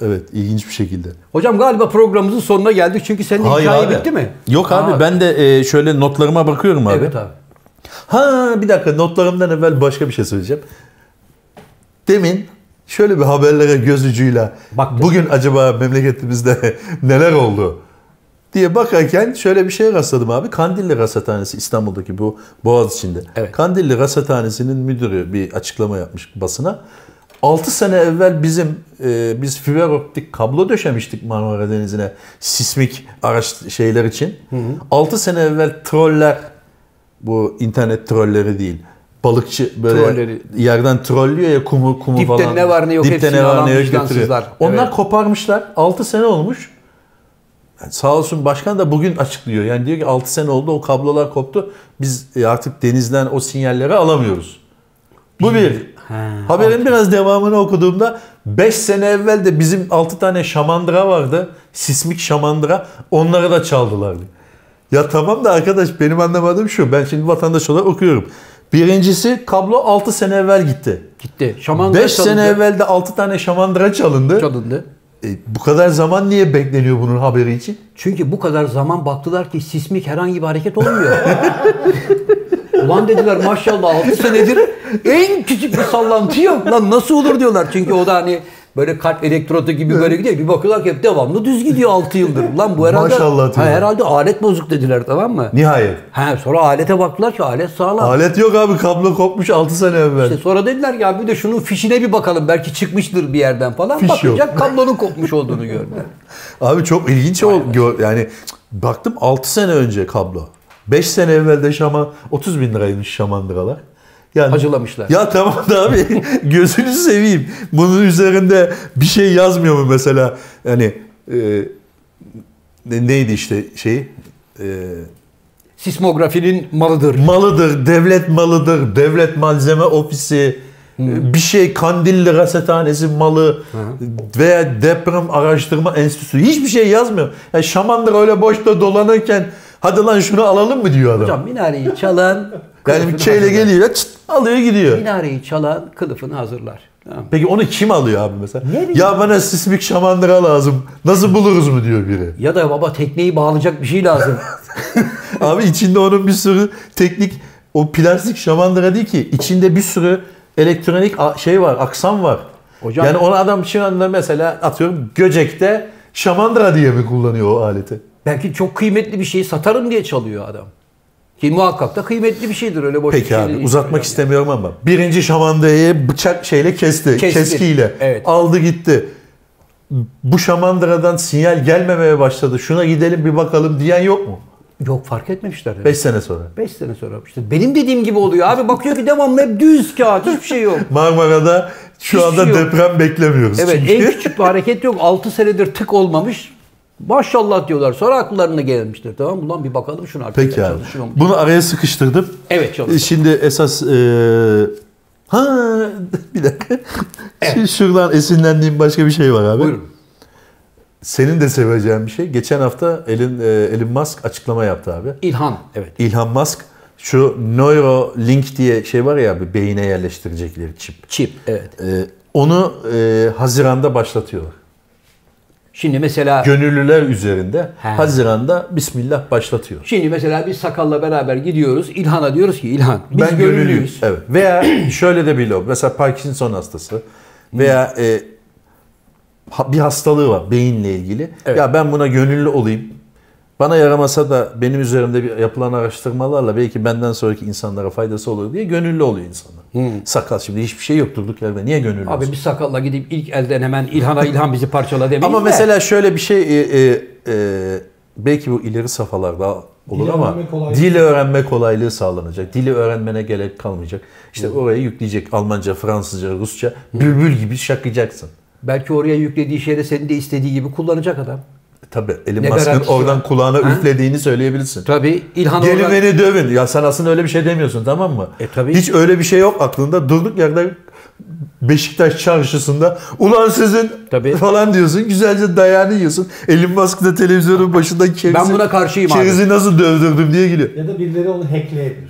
Speaker 2: Evet ilginç bir şekilde.
Speaker 1: Hocam galiba programımızın sonuna geldik çünkü senin de hikaye bitti mi?
Speaker 2: Yok abi
Speaker 1: Aa,
Speaker 2: ben de e, şöyle notlarıma bakıyorum abi.
Speaker 1: Evet abi.
Speaker 2: Ha bir dakika notlarımdan evvel başka bir şey söyleyeceğim. Demin şöyle bir haberlere göz ucuyla
Speaker 1: Baktı.
Speaker 2: bugün acaba memleketimizde <laughs> neler oldu diye bakarken şöyle bir şeye rastladım abi. Kandilli Rasathanesi İstanbul'daki bu Boğaz içinde.
Speaker 1: Evet.
Speaker 2: Kandilli Rasathanesi'nin müdürü bir açıklama yapmış basına. 6 sene evvel bizim e, biz fiber optik kablo döşemiştik Marmara Denizi'ne sismik araç şeyler için. 6 sene evvel troller bu internet trolleri değil. Balıkçı böyle
Speaker 1: Trolleri.
Speaker 2: yerden trollüyor ya kumu kumu
Speaker 1: Dipten
Speaker 2: falan.
Speaker 1: ne var ne yok
Speaker 2: Dipten
Speaker 1: hepsini
Speaker 2: ne var
Speaker 1: alan
Speaker 2: ne yok
Speaker 1: vicdansızlar.
Speaker 2: götürüyor. Onlar
Speaker 1: Evet.
Speaker 2: koparmışlar. 6 sene olmuş. Yani sağ olsun başkan da bugün açıklıyor. Yani diyor ki 6 sene oldu o kablolar koptu. Biz e, artık denizden o sinyalleri alamıyoruz. Bu bir. Haberin biraz devamını okuduğumda 5 sene evvel de bizim 6 tane şamandıra vardı. Sismik şamandıra. Onları da çaldılar diyor. Ya tamam da arkadaş benim anlamadığım şu. Ben şimdi vatandaş olarak okuyorum. Birincisi kablo 6 sene evvel gitti.
Speaker 1: Gitti. Şamandıra
Speaker 2: 5 sene evvel de 6 tane şamandıra çalındı.
Speaker 1: çalındı.
Speaker 2: E, bu kadar zaman niye bekleniyor bunun haberi için?
Speaker 1: Çünkü bu kadar zaman baktılar ki sismik herhangi bir hareket olmuyor. <laughs> Ulan dediler maşallah 6 senedir en küçük bir sallantı yok. Lan nasıl olur diyorlar. Çünkü o da hani böyle kalp elektrodu gibi böyle gidiyor. Bir bakıyorlar ki hep devamlı düz gidiyor 6 yıldır. Lan bu herhalde,
Speaker 2: Maşallah
Speaker 1: ha,
Speaker 2: diyorlar.
Speaker 1: herhalde alet bozuk dediler tamam mı?
Speaker 2: Nihayet.
Speaker 1: Ha, sonra alete baktılar ki alet sağlam.
Speaker 2: Alet yok abi kablo kopmuş 6 sene evvel.
Speaker 1: İşte sonra dediler ya bir de şunun fişine bir bakalım belki çıkmıştır bir yerden falan.
Speaker 2: Fiş yok.
Speaker 1: Bakacak kablonun kopmuş olduğunu
Speaker 2: <laughs>
Speaker 1: gördüler.
Speaker 2: Abi çok ilginç ol gör- yani cık, baktım 6 sene önce kablo. 5 sene evvel de şaman 30 bin liraymış şamandıralar. Yani,
Speaker 1: Hacılamışlar.
Speaker 2: Ya tamam da abi gözünü seveyim. Bunun üzerinde bir şey yazmıyor mu mesela? Yani e, ne- neydi işte şey? E,
Speaker 1: Sismografinin malıdır.
Speaker 2: malıdır, devlet malıdır, devlet malzeme ofisi, bir şey Kandilli Rasathanesi malı veya deprem araştırma enstitüsü hiçbir şey yazmıyor. Yani Şamandır öyle boşta dolanırken hadi lan şunu alalım mı diyor adam.
Speaker 1: Hocam minareyi
Speaker 2: <laughs>
Speaker 1: çalan
Speaker 2: yani
Speaker 1: kılıfını
Speaker 2: şeyle
Speaker 1: hazırlar.
Speaker 2: geliyor, çıt, alıyor gidiyor.
Speaker 1: Minareyi çalan kılıfını hazırlar. Tamam.
Speaker 2: Peki onu kim alıyor abi mesela?
Speaker 1: Ne bileyim.
Speaker 2: Ya bana sismik şamandıra lazım. Nasıl buluruz mu diyor biri.
Speaker 1: Ya da baba tekneyi bağlayacak bir şey
Speaker 2: <laughs>
Speaker 1: lazım.
Speaker 2: Abi içinde onun bir sürü teknik o plastik şamandıra değil ki. içinde bir sürü elektronik a- şey var, aksam var.
Speaker 1: Hocam-
Speaker 2: yani onu adam şu anda mesela atıyorum Göcek'te şamandıra diye mi kullanıyor o aleti?
Speaker 1: Belki çok kıymetli bir şeyi satarım diye çalıyor adam. Ki muhakkak da kıymetli bir şeydir öyle boş bir
Speaker 2: Peki
Speaker 1: şey
Speaker 2: abi
Speaker 1: değil.
Speaker 2: uzatmak istemiyorum ama birinci şamandırayı bıçak şeyle kesti,
Speaker 1: Kesti.
Speaker 2: keskiyle
Speaker 1: Evet.
Speaker 2: aldı gitti. Bu şamandıradan sinyal gelmemeye başladı. Şuna gidelim bir bakalım diyen yok mu?
Speaker 1: Yok fark etmemişler.
Speaker 2: 5 sene sonra.
Speaker 1: 5 sene sonra işte benim dediğim gibi oluyor abi bakıyor ki devamlı hep düz kağıt hiçbir şey
Speaker 2: <laughs>
Speaker 1: yok.
Speaker 2: Marmara'da şu
Speaker 1: Hiçbir
Speaker 2: anda
Speaker 1: şey yok.
Speaker 2: deprem beklemiyoruz.
Speaker 1: Evet
Speaker 2: çünkü. <laughs>
Speaker 1: en küçük bir hareket yok 6 senedir tık olmamış. Maşallah diyorlar. Sonra akıllarına gelmiştir. Tamam mı? Ulan bir bakalım şunu artık.
Speaker 2: Peki abi.
Speaker 1: Çalışıyor mu?
Speaker 2: Bunu araya sıkıştırdım.
Speaker 1: Evet çalışıyor.
Speaker 2: Şimdi esas e, ha <laughs> bir dakika. Şimdi şuradan esinlendiğim başka bir şey var abi.
Speaker 1: Buyurun.
Speaker 2: Senin de seveceğin bir şey. Geçen hafta Elon, e, Elon Musk açıklama yaptı abi.
Speaker 1: İlhan. Evet.
Speaker 2: İlhan Musk şu Neuralink diye şey var ya abi beyine yerleştirecekleri çip.
Speaker 1: Çip. Evet.
Speaker 2: E, onu e, Haziran'da başlatıyorlar.
Speaker 1: Şimdi mesela
Speaker 2: Gönüllüler üzerinde
Speaker 1: He.
Speaker 2: Haziran'da Bismillah başlatıyor.
Speaker 1: şimdi mesela biz sakalla beraber gidiyoruz. İlhan'a diyoruz ki İlhan biz
Speaker 2: ben gönüllüyüm.
Speaker 1: gönüllüyüz.
Speaker 2: Evet. Veya <clears throat> şöyle de bir lob. Mesela Parkinson hastası veya e, ha- bir hastalığı var beyinle ilgili.
Speaker 1: Evet.
Speaker 2: Ya ben buna gönüllü olayım. Bana yaramasa da benim üzerimde bir yapılan araştırmalarla belki benden sonraki insanlara faydası olur diye gönüllü oluyor insanlar. Sakal şimdi hiçbir şey yok durduk yerde. Niye gönüllü
Speaker 1: Hmm. Abi
Speaker 2: olsun?
Speaker 1: biz sakalla gidip ilk elden hemen İlhan'a İlhan bizi parçala demeyiz
Speaker 2: Ama
Speaker 1: de.
Speaker 2: mesela şöyle bir şey e, e, e, belki bu ileri safhalarda olur
Speaker 3: Dil
Speaker 2: ama
Speaker 3: öğrenme kolaylığı.
Speaker 2: dil öğrenme kolaylığı sağlanacak. Dili öğrenmene gerek kalmayacak. İşte oraya yükleyecek Almanca, Fransızca, Rusça bülbül gibi şakacaksın.
Speaker 1: Belki oraya yüklediği şeyde senin de istediği gibi kullanacak adam.
Speaker 2: E, Tabii Elon
Speaker 1: Ne
Speaker 2: Musk'ın
Speaker 1: garantisi
Speaker 2: oradan kulağına üflediğini söyleyebilirsin.
Speaker 1: Tabii İlhan
Speaker 2: Gelin
Speaker 1: oradan-
Speaker 2: beni dövün. Ya sen aslında öyle bir şey demiyorsun tamam mı?
Speaker 1: E, tabii.
Speaker 2: Hiç öyle bir şey yok aklında. Durduk yerde Beşiktaş çarşısında ulan sizin
Speaker 1: Tabii.
Speaker 2: falan diyorsun. Güzelce dayağını yiyorsun. Elin baskıda televizyonun başında kerizi,
Speaker 1: Ben buna karşıyım abi.
Speaker 2: kerizi nasıl dövdürdüm diye geliyor.
Speaker 3: Ya da birileri onu hackleyebilir.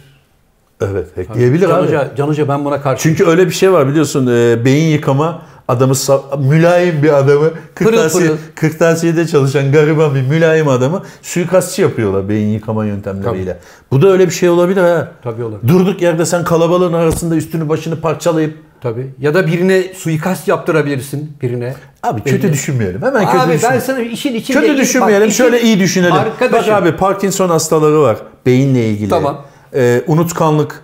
Speaker 2: Evet hackleyebilir
Speaker 1: Can
Speaker 2: abi.
Speaker 1: Hoca, Can Hoca ben buna karşı.
Speaker 2: Çünkü öyle bir şey var biliyorsun e, beyin yıkama adamı sa- mülayim bir adamı kırtasiye,
Speaker 1: pırıl.
Speaker 2: kırtasiyede çalışan gariban bir mülayim adamı suikastçı yapıyorlar beyin yıkama yöntemleriyle. Bu da öyle bir şey olabilir ha.
Speaker 1: Tabii olabilir.
Speaker 2: Durduk yerde sen kalabalığın arasında üstünü başını parçalayıp
Speaker 1: Tabii. Ya da birine suikast yaptırabilirsin birine.
Speaker 2: Abi
Speaker 1: Belli.
Speaker 2: kötü düşünmeyelim. Hemen kötü
Speaker 1: Abi ben
Speaker 2: düşünmeyelim.
Speaker 1: sana işin içinde...
Speaker 2: Kötü düşünmeyelim.
Speaker 1: Bak, işin-
Speaker 2: Şöyle iyi düşünelim.
Speaker 1: Arkadaşım.
Speaker 2: Bak abi Parkinson hastaları var. Beyinle ilgili.
Speaker 1: Tamam.
Speaker 2: Ee, unutkanlık,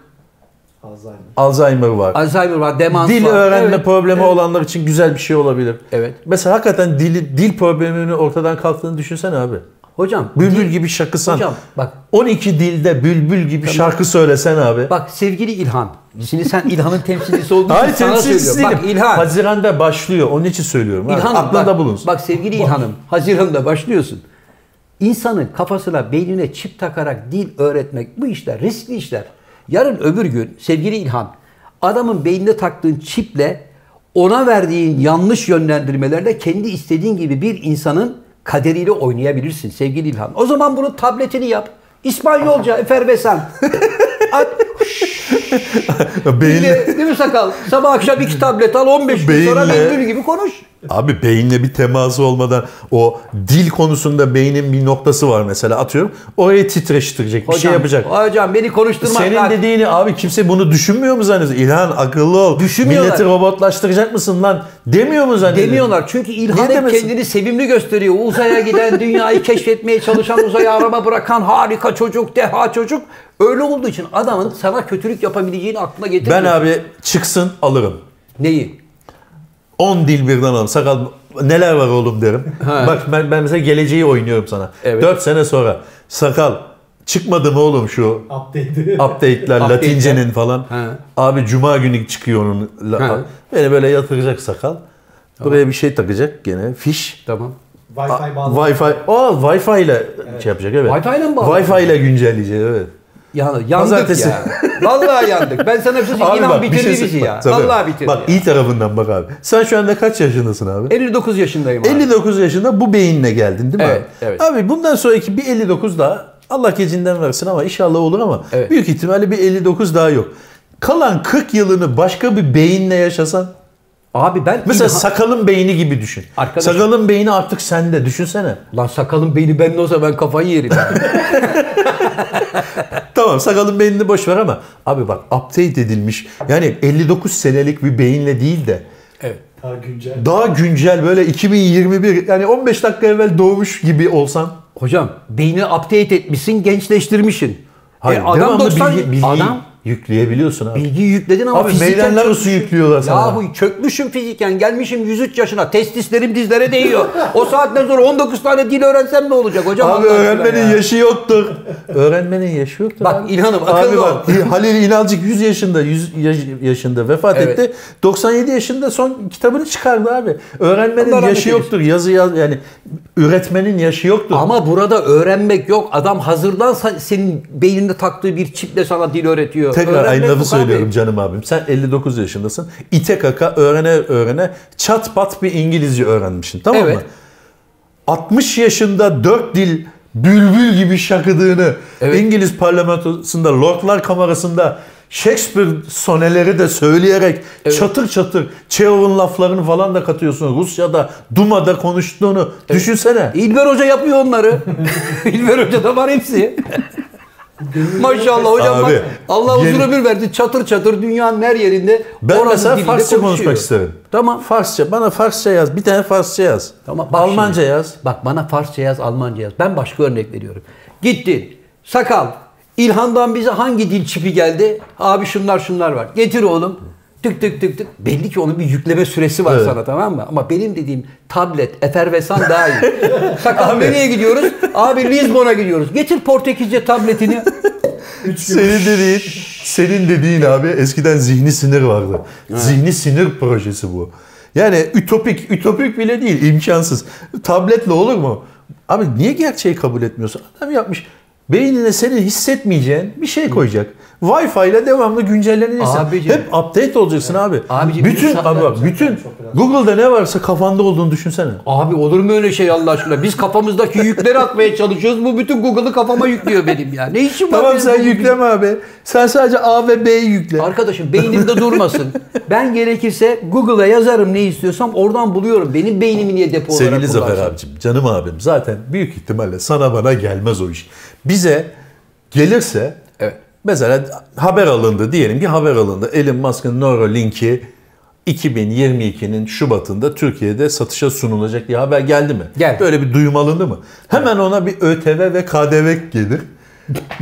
Speaker 3: Alzheimer.
Speaker 2: Alzheimer var.
Speaker 1: Alzheimer var, demans
Speaker 2: Dil
Speaker 1: var.
Speaker 2: öğrenme
Speaker 1: Evet.
Speaker 2: problemi olanlar için güzel bir şey olabilir.
Speaker 1: Evet.
Speaker 2: Mesela hakikaten dil, dil problemini ortadan kalktığını düşünsene abi.
Speaker 1: Hocam,
Speaker 2: Bülbül gibi şakısan.
Speaker 1: hocam bak
Speaker 2: 12 dilde bülbül gibi şarkı söylesen abi.
Speaker 1: Bak sevgili İlhan. Şimdi sen İlhan'ın temsilcisi olduğun için
Speaker 2: Hayır
Speaker 1: sana
Speaker 2: temsilcisi
Speaker 1: söylüyorum.
Speaker 2: değilim.
Speaker 1: Bak İlhan.
Speaker 2: Haziran'da başlıyor. Onun için söylüyorum. abi.
Speaker 1: İlhan'ım,
Speaker 2: Aklında
Speaker 1: bak,
Speaker 2: bulunsun.
Speaker 1: Bak sevgili İlhan'ım. Haziran'da başlıyorsun. İnsanın kafasına, beynine çip takarak dil öğretmek bu işler riskli işler. Yarın öbür gün sevgili İlhan adamın beynine taktığın çiple ona verdiğin yanlış yönlendirmelerle kendi istediğin gibi bir insanın kaderiyle oynayabilirsin sevgili İlhan. O zaman bunun tabletini yap. İspanyolca
Speaker 2: <laughs>
Speaker 1: efervesan. At, Dinle,
Speaker 2: Beyinle,
Speaker 1: değil mi sakal? Sabah akşam iki tablet al 15 gün sonra
Speaker 2: Beyinle-
Speaker 1: bülbül gibi konuş.
Speaker 2: Abi beyinle bir teması olmadan o dil konusunda beynin bir noktası var mesela atıyorum. Orayı titreştirecek bir şey yapacak.
Speaker 1: Hocam beni konuşturma.
Speaker 2: Senin
Speaker 1: Bak,
Speaker 2: dediğini abi kimse bunu düşünmüyor mu zannediyor? İlhan akıllı ol.
Speaker 1: Düşünmüyorlar.
Speaker 2: Milleti robotlaştıracak mısın lan? Demiyor mu zannediyor?
Speaker 1: demiyorlar. Çünkü İlhan
Speaker 2: Niye
Speaker 1: hep
Speaker 2: demesin?
Speaker 1: kendini sevimli gösteriyor. Uzaya giden, dünyayı keşfetmeye çalışan, uzaya arama bırakan harika çocuk, deha çocuk. Öyle olduğu için adamın sana kötülük yapabileceğini aklına getirmiyor.
Speaker 2: Ben abi çıksın alırım.
Speaker 1: Neyi?
Speaker 2: 10 dil birden alırım. Sakal neler var oğlum derim.
Speaker 1: Ha.
Speaker 2: Bak ben, ben mesela geleceği oynuyorum sana.
Speaker 1: Evet.
Speaker 2: 4 sene sonra sakal çıkmadı mı oğlum şu
Speaker 3: Update'i.
Speaker 2: update'ler
Speaker 1: Update'ler.
Speaker 2: Latincenin falan.
Speaker 1: Ha.
Speaker 2: Abi cuma günü çıkıyor onun. la-
Speaker 1: Ha.
Speaker 2: Beni böyle yatıracak sakal. Buraya bir şey takacak gene fiş.
Speaker 1: Tamam.
Speaker 3: Wi-Fi bağlı.
Speaker 2: Wi-Fi. Aa Wi-Fi ile şey yapacak evet.
Speaker 1: Wi-Fi ile mi bağlı?
Speaker 2: Wi-Fi ile güncelleyecek evet.
Speaker 1: Ya, yandık
Speaker 2: Pazartesi.
Speaker 1: ya. Vallahi yandık. Ben sana bir şey söyleyeyim. İlhan bitirdi bizi ya. E,
Speaker 2: tabii.
Speaker 1: Vallahi bitirdi.
Speaker 2: Bak iyi tarafından bak abi. Sen şu anda kaç yaşındasın abi?
Speaker 1: 59 yaşındayım abi.
Speaker 2: 59 yaşında bu beyinle geldin değil mi
Speaker 1: Evet,
Speaker 2: abi?
Speaker 1: evet.
Speaker 2: Abi bundan sonraki bir 59 daha Allah gecinden versin ama inşallah olur ama
Speaker 1: Evet.
Speaker 2: büyük ihtimalle bir 59 daha yok. Kalan 40 yılını başka bir beyinle yaşasan
Speaker 1: Abi ben
Speaker 2: mesela
Speaker 1: İlhan-
Speaker 2: sakalın beyni gibi düşün.
Speaker 1: Arkadaşım-
Speaker 2: Sakalın beyni artık sende düşünsene.
Speaker 1: Lan sakalın beyni bende olsa ben kafayı yerim.
Speaker 2: Tamam sakalın beynini boş ver ama abi bak update edilmiş. Yani 59 senelik bir beyinle değil de
Speaker 1: evet.
Speaker 3: Daha güncel.
Speaker 2: daha güncel böyle 2021 yani 15 dakika evvel doğmuş gibi olsan
Speaker 1: Hocam beyni update etmişsin, gençleştirmişsin.
Speaker 2: Hayır,
Speaker 1: E, adam
Speaker 2: devamlı
Speaker 1: 90
Speaker 2: bilgi, bilgiyi
Speaker 1: adam
Speaker 2: yükleyebiliyorsun abi.
Speaker 1: bilgiyi yükledin ama
Speaker 2: Abi
Speaker 1: fiziken
Speaker 2: meydanlar arası yüklüyorlar sana.
Speaker 1: Yahu çökmüşüm fiziken gelmişim 103 yaşına testislerim dizlere değiyor. o saatten sonra 19 tane dil öğrensem ne olacak hocam?
Speaker 2: Abi
Speaker 1: Allah aşkına
Speaker 2: öğrenmenin
Speaker 1: ya.
Speaker 2: yaşı yoktur. öğrenmenin yaşı yoktur.
Speaker 1: Bak
Speaker 2: abi.
Speaker 1: İlhan'ım,
Speaker 2: abi
Speaker 1: akıllı
Speaker 2: bak, <laughs> Halil İnalcık 100 yaşında 100 yaş- yaşında vefat
Speaker 1: Evet.
Speaker 2: etti. 97 yaşında son kitabını çıkardı abi. Öğrenmenin
Speaker 1: Allah rahmet
Speaker 2: yaşı
Speaker 1: eylesin.
Speaker 2: yoktur. Yazı yaz yani üretmenin yaşı yoktur.
Speaker 1: Ama burada öğrenmek yok. Adam hazırdan sa- senin beyninde taktığı bir çiple sana dil öğretiyor.
Speaker 2: Tekrar
Speaker 1: Öğrenmek
Speaker 2: aynı
Speaker 1: yok
Speaker 2: lafı
Speaker 1: abi.
Speaker 2: söylüyorum canım abim. Sen 59 yaşındasın. İte kaka öğrene öğrene çat pat bir İngilizce öğrenmişsin. Tamam mı?
Speaker 1: Evet.
Speaker 2: 60 yaşında 4 dil bülbül gibi şakıdığını
Speaker 1: Evet.
Speaker 2: İngiliz parlamentosunda Lordlar Kamerası'nda Shakespeare soneleri de söyleyerek çatır çatır Çehov'un laflarını falan da katıyorsun. Rusya'da Duma'da konuştuğunu düşünsene.
Speaker 1: İlber Hoca yapıyor onları. İlber Hoca da var hepsi. Maşallah hocam
Speaker 2: Abi,
Speaker 1: bak Allah uzun
Speaker 2: yeni-
Speaker 1: ömür verdi. Çatır çatır dünyanın her yerinde
Speaker 2: Ben
Speaker 1: oranın
Speaker 2: mesela
Speaker 1: dilinde
Speaker 2: Farsça
Speaker 1: konuşuyor.
Speaker 2: konuşmak isterim.
Speaker 1: Tamam.
Speaker 2: Farsça bana Farsça yaz. Bir tane Farsça yaz.
Speaker 1: Tamam, bak
Speaker 2: Almanca
Speaker 1: şimdi.
Speaker 2: yaz.
Speaker 1: Bak bana Farsça yaz, Almanca yaz. Ben başka örnek veriyorum. Gittin. Sakal. İlhan'dan bize hangi dil çipi geldi? Abi şunlar şunlar var. Getir oğlum. Tık tık tık tık. Belli ki onun bir yükleme süresi var
Speaker 2: Evet.
Speaker 1: sana tamam mı? Ama benim dediğim tablet, efervesan daha
Speaker 2: <laughs>
Speaker 1: iyi. Sakal
Speaker 2: Abi.
Speaker 1: nereye gidiyoruz? Abi Lisbon'a gidiyoruz. Getir Portekizce tabletini.
Speaker 2: Senin dediğin, senin dediğin abi eskiden zihni sinir vardı. Zihni sinir projesi bu. Yani ütopik, ütopik bile değil, imkansız. Tabletle olur mu? Abi niye gerçeği kabul etmiyorsun? Adam yapmış. Beynine senin hissetmeyeceğin bir şey koyacak. Wi-Fi ile devamlı güncelleneceksin.
Speaker 1: Abicim.
Speaker 2: Hep update olacaksın abi.
Speaker 1: Abicim,
Speaker 2: bütün
Speaker 1: insanlar-
Speaker 2: abi bak, bütün Google'da ne varsa kafanda olduğunu düşünsene.
Speaker 1: Abi olur mu öyle şey Allah aşkına? Biz kafamızdaki yükleri atmaya çalışıyoruz. Bu bütün Google'ı kafama yüklüyor benim ya. Ne işim var?
Speaker 2: Tamam
Speaker 1: benim
Speaker 2: sen
Speaker 1: Google'ın?
Speaker 2: yükleme abi. Sen sadece A ve B'yi yükle.
Speaker 1: Arkadaşım beynimde durmasın. Ben gerekirse Google'a yazarım ne istiyorsam oradan buluyorum. Benim beynimi niye depo olarak
Speaker 2: Sevgili Zafer
Speaker 1: kullansın?
Speaker 2: abicim, canım abim zaten büyük ihtimalle sana bana gelmez o iş. Bize gelirse
Speaker 1: Evet.
Speaker 2: mesela haber alındı diyelim ki haber alındı. Elon Musk'ın Neuralink'i 2022'nin Şubat'ında Türkiye'de satışa sunulacak diye haber geldi mi?
Speaker 1: Geldi.
Speaker 2: Böyle bir duyum alındı mı? Hemen ona bir ÖTV ve KDV gelir. <laughs>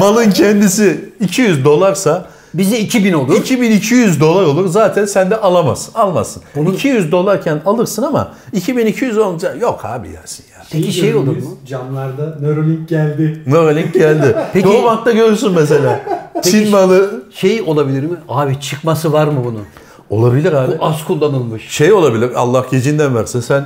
Speaker 2: Malın kendisi 200 dolarsa
Speaker 1: Bize 2000 olur.
Speaker 2: 2200 dolar olur. Zaten sen de alamazsın. Almazsın. 200 dolarken alırsın ama 2200 olunca yok abi Yasin ya.
Speaker 1: Peki
Speaker 3: İyi
Speaker 1: şey olur
Speaker 3: görünüyoruz.
Speaker 1: mu?
Speaker 3: Camlarda Neuralink geldi.
Speaker 2: Neuralink geldi.
Speaker 1: <laughs> Peki-
Speaker 2: Doğu Bank'ta görürsün mesela. Çin malı
Speaker 1: Şey olabilir mi? Abi çıkması var mı bunun?
Speaker 2: olabilir abi.
Speaker 1: Bu az kullanılmış.
Speaker 2: Şey olabilir. Allah gecinden versin. Sen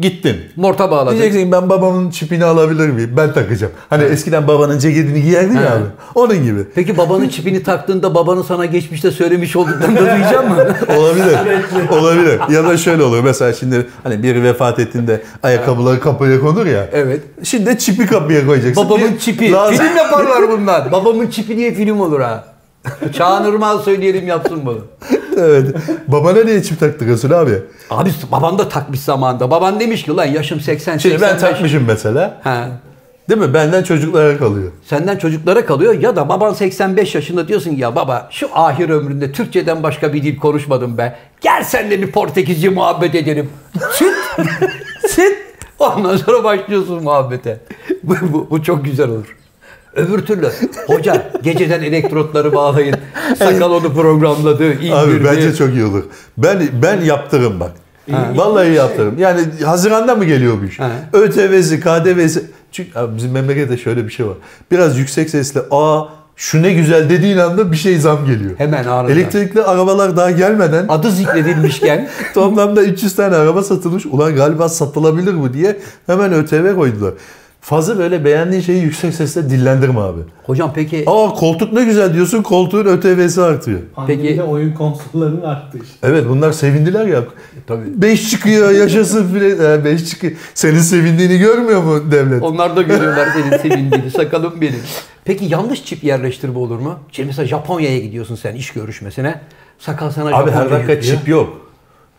Speaker 2: gittin.
Speaker 1: Morta bağladı.
Speaker 2: Diyeceksin ki, ben babamın çipini alabilir miyim? Ben takacağım. Hani eskiden babanın ceketini giyerdi
Speaker 1: He.
Speaker 2: ya abi. Onun gibi.
Speaker 1: Peki babanın çipini taktığında babanın sana geçmişte söylemiş olduklarını da duyacak mısın?
Speaker 2: Olabilir. olabilir. Ya da şöyle oluyor. Mesela şimdi hani biri vefat ettiğinde ayakkabıları kapıya konur ya.
Speaker 1: <laughs> Evet.
Speaker 2: Şimdi de çipi kapıya koyacaksın.
Speaker 1: Babamın
Speaker 2: Bir-
Speaker 1: çipi. <laughs>
Speaker 2: Lazım.
Speaker 1: Film yaparlar bunlar. Babamın çipi diye film olur ha. Çağan Irmak'a söyleyelim yapsın bunu.
Speaker 2: evet. Babana niye çip taktırıyorsun abi?
Speaker 1: Abi baban da takmış zamanında. Baban demiş ki lan yaşım 80
Speaker 2: Şimdi Şey, ben
Speaker 1: 85."
Speaker 2: takmışım mesela.
Speaker 1: Ha.
Speaker 2: Değil mi? Benden çocuklara kalıyor.
Speaker 1: Senden çocuklara kalıyor ya da baban 85 yaşında diyorsun ki, ya baba şu ahir ömründe Türkçeden başka bir dil konuşmadım be. Gel seninle bir Portekizce muhabbet edelim. Çıt. <laughs> Çıt. Ondan sonra başlıyorsun muhabbete. Bu, bu, bu çok güzel olur. Öbür türlü hoca geceden elektrotları bağlayın. Sakal onu programladı, indirdi.
Speaker 2: Abi bence çok iyi olur. Ben ben yaptırım bak. Vallahi yaptırım. Yani Haziran'da mı geliyor bu iş?
Speaker 1: Ha.
Speaker 2: ÖTV'si, KDV'si. Çünkü abi bizim memlekette şöyle bir şey var. Biraz yüksek sesle aa şu ne güzel dediğin anda bir şey zam geliyor.
Speaker 1: Hemen anında.
Speaker 2: Elektrikli arabalar daha gelmeden
Speaker 1: Adı zikredilmişken
Speaker 2: Toplamda 300 tane araba satılmış. Ulan galiba satılabilir bu diye hemen ÖTV koydular. Fazla böyle beğendiğin şeyi yüksek sesle dillendirme abi.
Speaker 1: hocam peki
Speaker 2: Aa koltuk ne güzel diyorsun koltuğun ÖTV'si artıyor.
Speaker 3: Pandemide
Speaker 1: Peki-
Speaker 3: oyun konsollarının arttı işte.
Speaker 2: Evet bunlar sevindiler ya.
Speaker 1: Tabii.
Speaker 2: 5 çıkıyor yaşasın bile. 5 çıkıyor. Senin sevindiğini görmüyor mu devlet?
Speaker 1: Onlar da görüyorlar senin sevindiğini, sakalım benim. Peki yanlış çip yerleştirme olur mu? Şimdi mesela Japonya'ya gidiyorsun sen iş görüşmesine. Sakal sana
Speaker 2: Abi
Speaker 1: Japonca
Speaker 2: her dakika
Speaker 1: yürüyor.
Speaker 2: çip yok.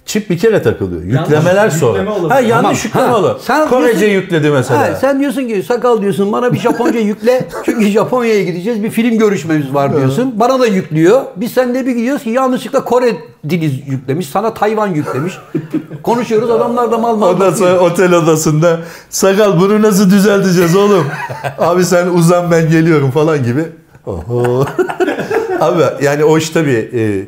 Speaker 2: Çip bir kere takılıyor. Yüklemeler
Speaker 3: yükleme
Speaker 2: sonra.
Speaker 3: olabilir.
Speaker 2: ha
Speaker 3: Tamam.
Speaker 2: yanlış yükleme
Speaker 1: Ha,
Speaker 2: olur.
Speaker 1: sen
Speaker 2: Korece
Speaker 1: diyorsun-
Speaker 2: yükledi mesela.
Speaker 1: Ha, sen diyorsun ki sakal diyorsun bana bir Japonca yükle. Çünkü Japonya'ya gideceğiz bir film görüşmemiz var diyorsun. Bana da yüklüyor. Biz seninle bir gidiyoruz ki yanlışlıkla Kore dili yüklemiş. Sana Tayvan yüklemiş. Konuşuyoruz adamlar da mal mal.
Speaker 2: Ondan
Speaker 1: bakıyor.
Speaker 2: sonra otel odasında sakal bunu nasıl
Speaker 1: <laughs>
Speaker 2: düzelteceğiz oğlum? Abi sen uzan ben geliyorum falan gibi.
Speaker 1: <laughs>
Speaker 2: Oho. Abi yani o iş tabii e,